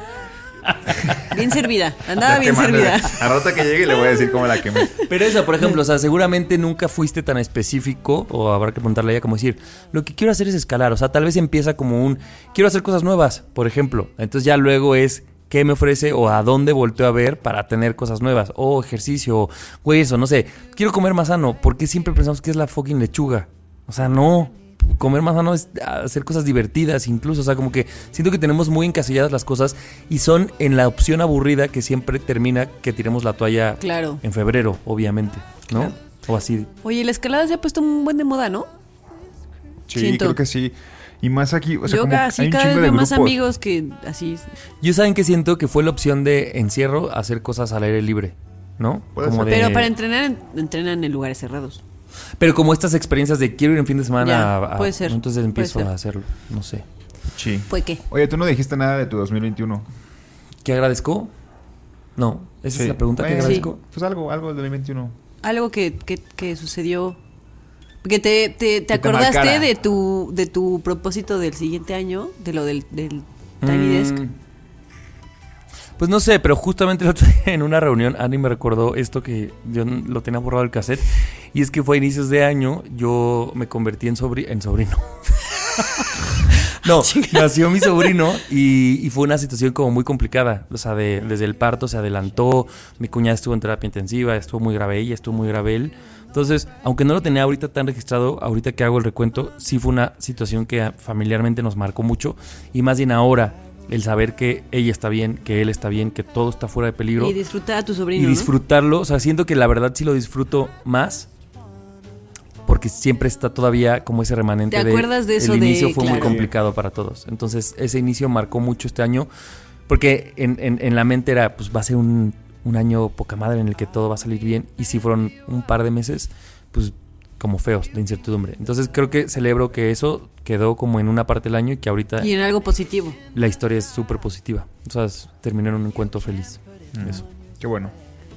S3: Bien servida, andaba
S4: La
S3: bien
S4: quemando.
S3: servida.
S4: A rato que llegue le voy a decir cómo la quemé.
S2: Pero eso, por ejemplo, o sea, seguramente nunca fuiste tan específico, o habrá que preguntarle a ella como decir, lo que quiero hacer es escalar, o sea, tal vez empieza como un, quiero hacer cosas nuevas, por ejemplo, entonces ya luego es qué me ofrece o a dónde volteo a ver para tener cosas nuevas, o ejercicio, o güey, eso, no sé, quiero comer más sano, porque siempre pensamos que es la fucking lechuga, o sea, no. Comer más sano es hacer cosas divertidas, incluso. O sea, como que siento que tenemos muy encasilladas las cosas y son en la opción aburrida que siempre termina que tiremos la toalla
S3: Claro.
S2: en febrero, obviamente, ¿no? O así.
S3: Oye, la escalada se ha puesto un buen de moda, ¿no?
S4: Sí,
S3: Siento.
S4: creo que sí. Y más aquí, o sea,
S3: Yo
S4: como hay
S3: casi
S4: un
S3: cada vez
S4: chingo de
S3: veo más
S4: grupos.
S3: amigos que así
S2: Yo saben que siento que fue la opción de encierro hacer cosas al aire libre, ¿no?
S4: Puede ser.
S2: de-
S3: Pero para entrenar, en- entrenan en lugares cerrados.
S2: pero como estas experiencias de quiero ir en fin de semana,
S3: Ya,
S2: a- a-
S3: puede ser,
S2: entonces
S3: puede
S2: empiezo
S3: ser.
S2: a hacerlo, no sé.
S4: Sí.
S3: ¿Fue qué?
S4: Oye, tú no dijiste nada de tu 2021.
S2: ¿Qué agradezco? No, esa
S4: Sí.
S2: es la pregunta que
S4: Bueno,
S2: agradezco.
S4: Pues algo, algo del 2021.
S3: Algo que, que, que sucedió. Que te, te, te
S4: te
S3: acordaste
S4: marcara.
S3: de tu de tu propósito del siguiente año, de lo del, del Tiny
S2: Mm.
S3: Desk.
S2: Pues no sé, pero justamente el otro día en una reunión, Ani me recordó esto que yo n- lo tenía borrado el cassette. Y es que fue a inicios de año, yo me convertí en, sobri- en sobrino. no, nació mi sobrino y, y fue una situación como muy complicada. O sea, de- desde el parto se adelantó, mi cuñada estuvo en terapia intensiva, estuvo muy grave ella, estuvo muy grave él. Entonces, aunque no lo tenía ahorita tan registrado, ahorita que hago el recuento, sí fue una situación que familiarmente nos marcó mucho y más bien ahora el saber que ella está bien, que él está bien, que todo está fuera de peligro
S3: Y disfrutar a tu
S2: y
S3: sobrino. ¿no?
S2: disfrutarlo. O sea, siento que la verdad sí lo disfruto más. Porque siempre está todavía como ese remanente
S3: ¿Te
S2: de.
S3: acuerdas de eso
S2: El
S3: de-
S2: inicio fue muy
S3: claro.
S2: complicado para todos. Entonces, ese inicio marcó mucho este año. Porque en, en- en la mente era, pues va a ser un, un año poca madre en el que todo va a salir bien. Y si fueron un par de meses, pues como feos, de incertidumbre. Entonces, creo que celebro que eso quedó como en una parte del año y que ahorita
S3: Y en algo positivo.
S2: la historia es súper positiva. O sea, es- terminó en un encuentro feliz. Eso.
S4: Qué bueno.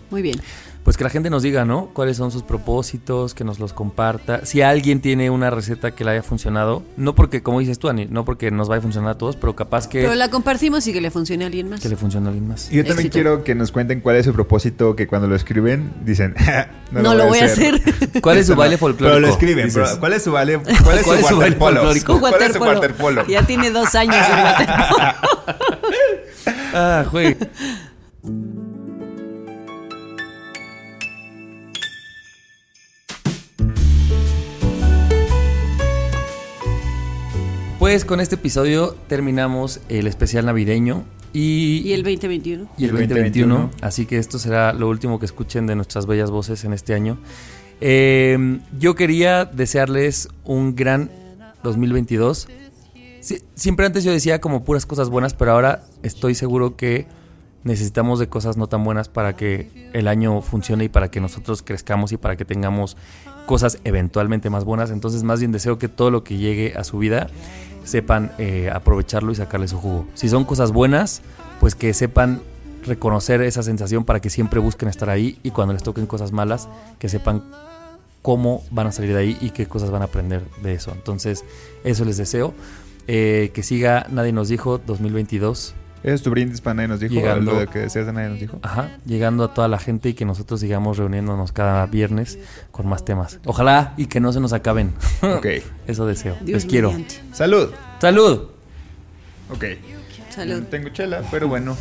S3: Muy bien.
S2: Pues que la gente nos diga, ¿no? ¿Cuáles son sus propósitos? Que nos los comparta. Si alguien tiene una receta que le haya funcionado, no porque, como dices tú, Ani, no porque nos vaya a funcionar a todos, pero capaz que,
S3: Pero la compartimos y que le funcione a alguien más.
S2: que le funcione a alguien más.
S4: Y yo también
S3: Éxito.
S4: quiero que nos cuenten cuál es su propósito, que cuando lo escriben dicen, "Ja,
S3: No, lo voy a hacer.
S2: ¿Cuál es su baile folclórico?
S4: Pero lo escriben,
S2: Dices.
S4: pero ¿cuál es su baile? ¿Cuál es su
S2: ¿Cuál es su baile
S4: waterpolo?
S2: folclórico?
S4: ¿Cuál es su waterpolo?
S3: Ya tiene dos años el waterpolo.
S2: Ah, güey. Pues con este episodio terminamos el especial navideño y,
S3: Y el 2021.
S2: y el
S4: El
S2: 2021.
S4: 2021.
S2: Así que esto será lo último que escuchen de nuestras bellas voces en este año. Eh, yo quería desearles un gran 2022. Sí, siempre antes yo decía como puras cosas buenas, pero ahora estoy seguro que necesitamos de cosas no tan buenas para que el año funcione y para que nosotros crezcamos y para que tengamos cosas eventualmente más buenas. Entonces más bien deseo que todo lo que llegue a su vida sepan eh, aprovecharlo y sacarle su jugo. Si son cosas buenas, pues que sepan reconocer esa sensación para que siempre busquen estar ahí y cuando les toquen cosas malas, que sepan cómo van a salir de ahí y qué cosas van a aprender de eso. Entonces, eso les deseo. Eh, que siga Nadie nos dijo 2022,
S4: Ese es tu brindis para nadie nos dijo,
S2: Llegando.
S4: lo de que decías de nadie nos dijo.
S2: ajá, llegando a toda la gente y que nosotros sigamos reuniéndonos cada viernes con más temas. Ojalá y que no se nos acaben.
S4: Ok.
S2: Eso deseo.
S3: Dios
S2: les quiero.
S3: mediante.
S4: Salud.
S2: Salud.
S4: Ok.
S3: Salud.
S4: No tengo chela, pero bueno.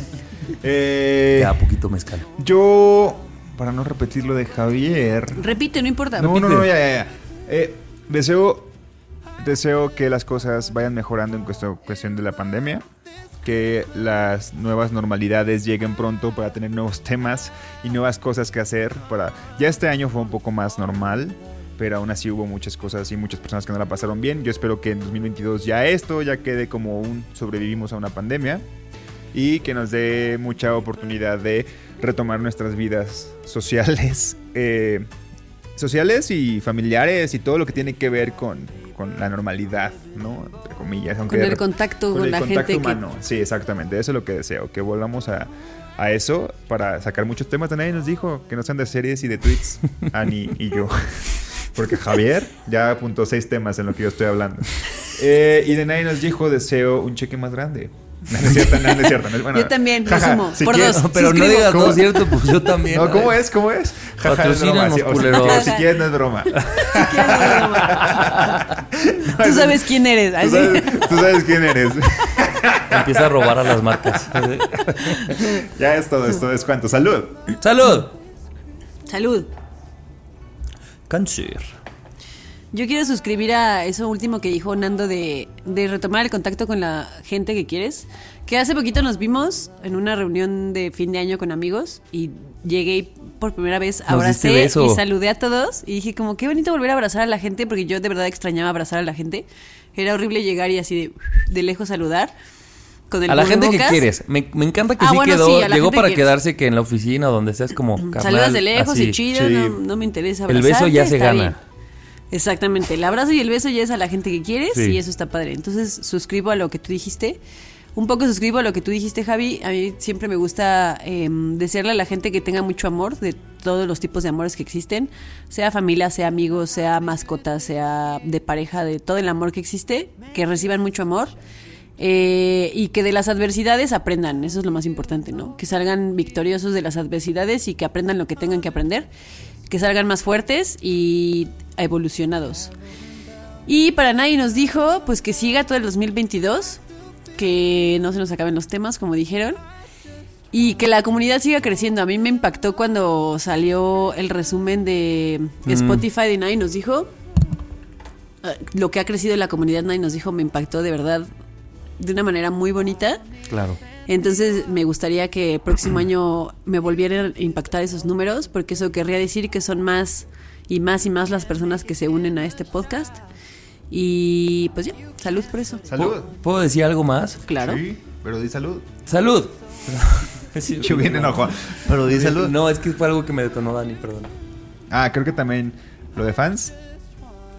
S4: Eh,
S2: Ya poquito mezcal.
S4: yo, para no repetir lo de Javier.
S3: Repite, no importa.
S4: No, no, no, ya, ya, ya. Eh, deseo, deseo que las cosas vayan mejorando en cuesto- cuestión de la pandemia. Que las nuevas normalidades lleguen pronto para tener nuevos temas y nuevas cosas que hacer. Para... Ya este año fue un poco más normal, pero aún así hubo muchas cosas y muchas personas que no la pasaron bien. Yo espero que en 2022 ya esto ya quede como un sobrevivimos a una pandemia y que nos dé mucha oportunidad de retomar nuestras vidas sociales, eh, sociales y familiares y todo lo que tiene que ver con, con la normalidad, ¿no? Entre comillas. aunque
S3: Con
S4: de
S3: el
S4: rep-
S3: contacto con
S4: el
S3: la
S4: contacto
S3: gente que-
S4: humano. Sí, exactamente. Eso es lo que deseo, que volvamos a, a eso para sacar muchos temas. De nadie nos dijo que no sean de series y de tweets, Ani y yo. Porque Javier ya apuntó seis temas en lo que yo estoy hablando. Eh, y de nadie nos dijo deseo un cheque más grande. No, no es cierto, no, no es cierto. no es- bueno,
S3: Yo también, me
S4: jaja,
S3: sumo.
S4: si
S3: Por
S4: quieres-
S3: dos.
S2: Pero no
S3: Suscribo.
S2: digas no
S4: ¿Cómo?
S2: es cierto, pues yo también.
S4: No, ¿cómo es? ¿Cómo es? Jaja, no es broma.
S2: Patrocínanos,
S4: Sí, o si
S2: culeros.
S4: quieres- si quieres, no es broma.
S3: Tú sabes quién eres.
S4: Tú
S3: así.
S4: sabes, tú sabes quién eres.
S2: Empieza a robar a las marcas.
S4: ya es todo, esto es cuanto. Salud.
S2: Salud.
S3: Salud.
S2: Cáncer.
S3: Yo quiero suscribir a eso último que dijo Nando de, de retomar el contacto con la gente que quieres. Que hace poquito nos vimos en una reunión de fin de año con amigos y llegué y por primera vez
S2: diste
S3: abracé
S2: beso.
S3: y saludé a todos y dije como qué bonito volver a abrazar a la gente porque yo de verdad extrañaba abrazar a la gente. Era horrible llegar y así de, de lejos saludar. Con el
S2: A la gente que
S3: cubrebocas.
S2: quieres. Me, me encanta que
S3: Ah,
S2: sí
S3: bueno,
S2: quedó.
S3: sí, a la
S2: llegó
S3: gente
S2: para
S3: que quieres.
S2: quedarse que en la oficina o donde seas como carnal,
S3: Mm, Saludas de lejos
S2: así.
S3: y chido,
S4: Sí.
S3: no, no me interesa
S2: El beso
S3: abrazarte,
S2: ya se
S3: está
S2: gana.
S3: bien. Exactamente, el abrazo y el beso ya es a la gente que quieres
S2: Sí.
S3: y eso está padre. Entonces suscribo a lo que tú dijiste. Un poco suscribo a lo que tú dijiste, Javi. A mí siempre me gusta eh, desearle a la gente que tenga mucho amor, de todos los tipos de amores que existen, sea familia, sea amigos, sea mascota, sea de pareja, de todo el amor que existe, que reciban mucho amor eh, y que de las adversidades aprendan. Eso es lo más importante, ¿no? Que salgan victoriosos de las adversidades y que aprendan lo que tengan que aprender, que salgan más fuertes y evolucionados. Y para nadie nos dijo, pues que siga todo el 2022, que no se nos acaben los temas, como dijeron, y que la comunidad siga creciendo. A mí me impactó cuando salió el resumen de
S2: Mm.
S3: Spotify de Nadie nos dijo. eh, Lo que ha crecido la comunidad Nadie nos dijo me impactó de verdad de una manera muy bonita.
S2: Claro.
S3: Entonces me gustaría que el próximo año me volvieran a impactar esos números, porque eso querría decir que son más y más y más las personas que se unen a este podcast. Y pues ya, salud por eso.
S4: Salud.
S2: ¿Puedo- ¿Puedo decir algo más?
S3: Claro.
S4: Sí, pero di salud.
S2: ¡Salud! Sí,
S4: Yo bien enojado. Pero di salud.
S2: No, es que fue algo que me detonó Dani, perdón.
S4: Ah, creo que también lo de fans.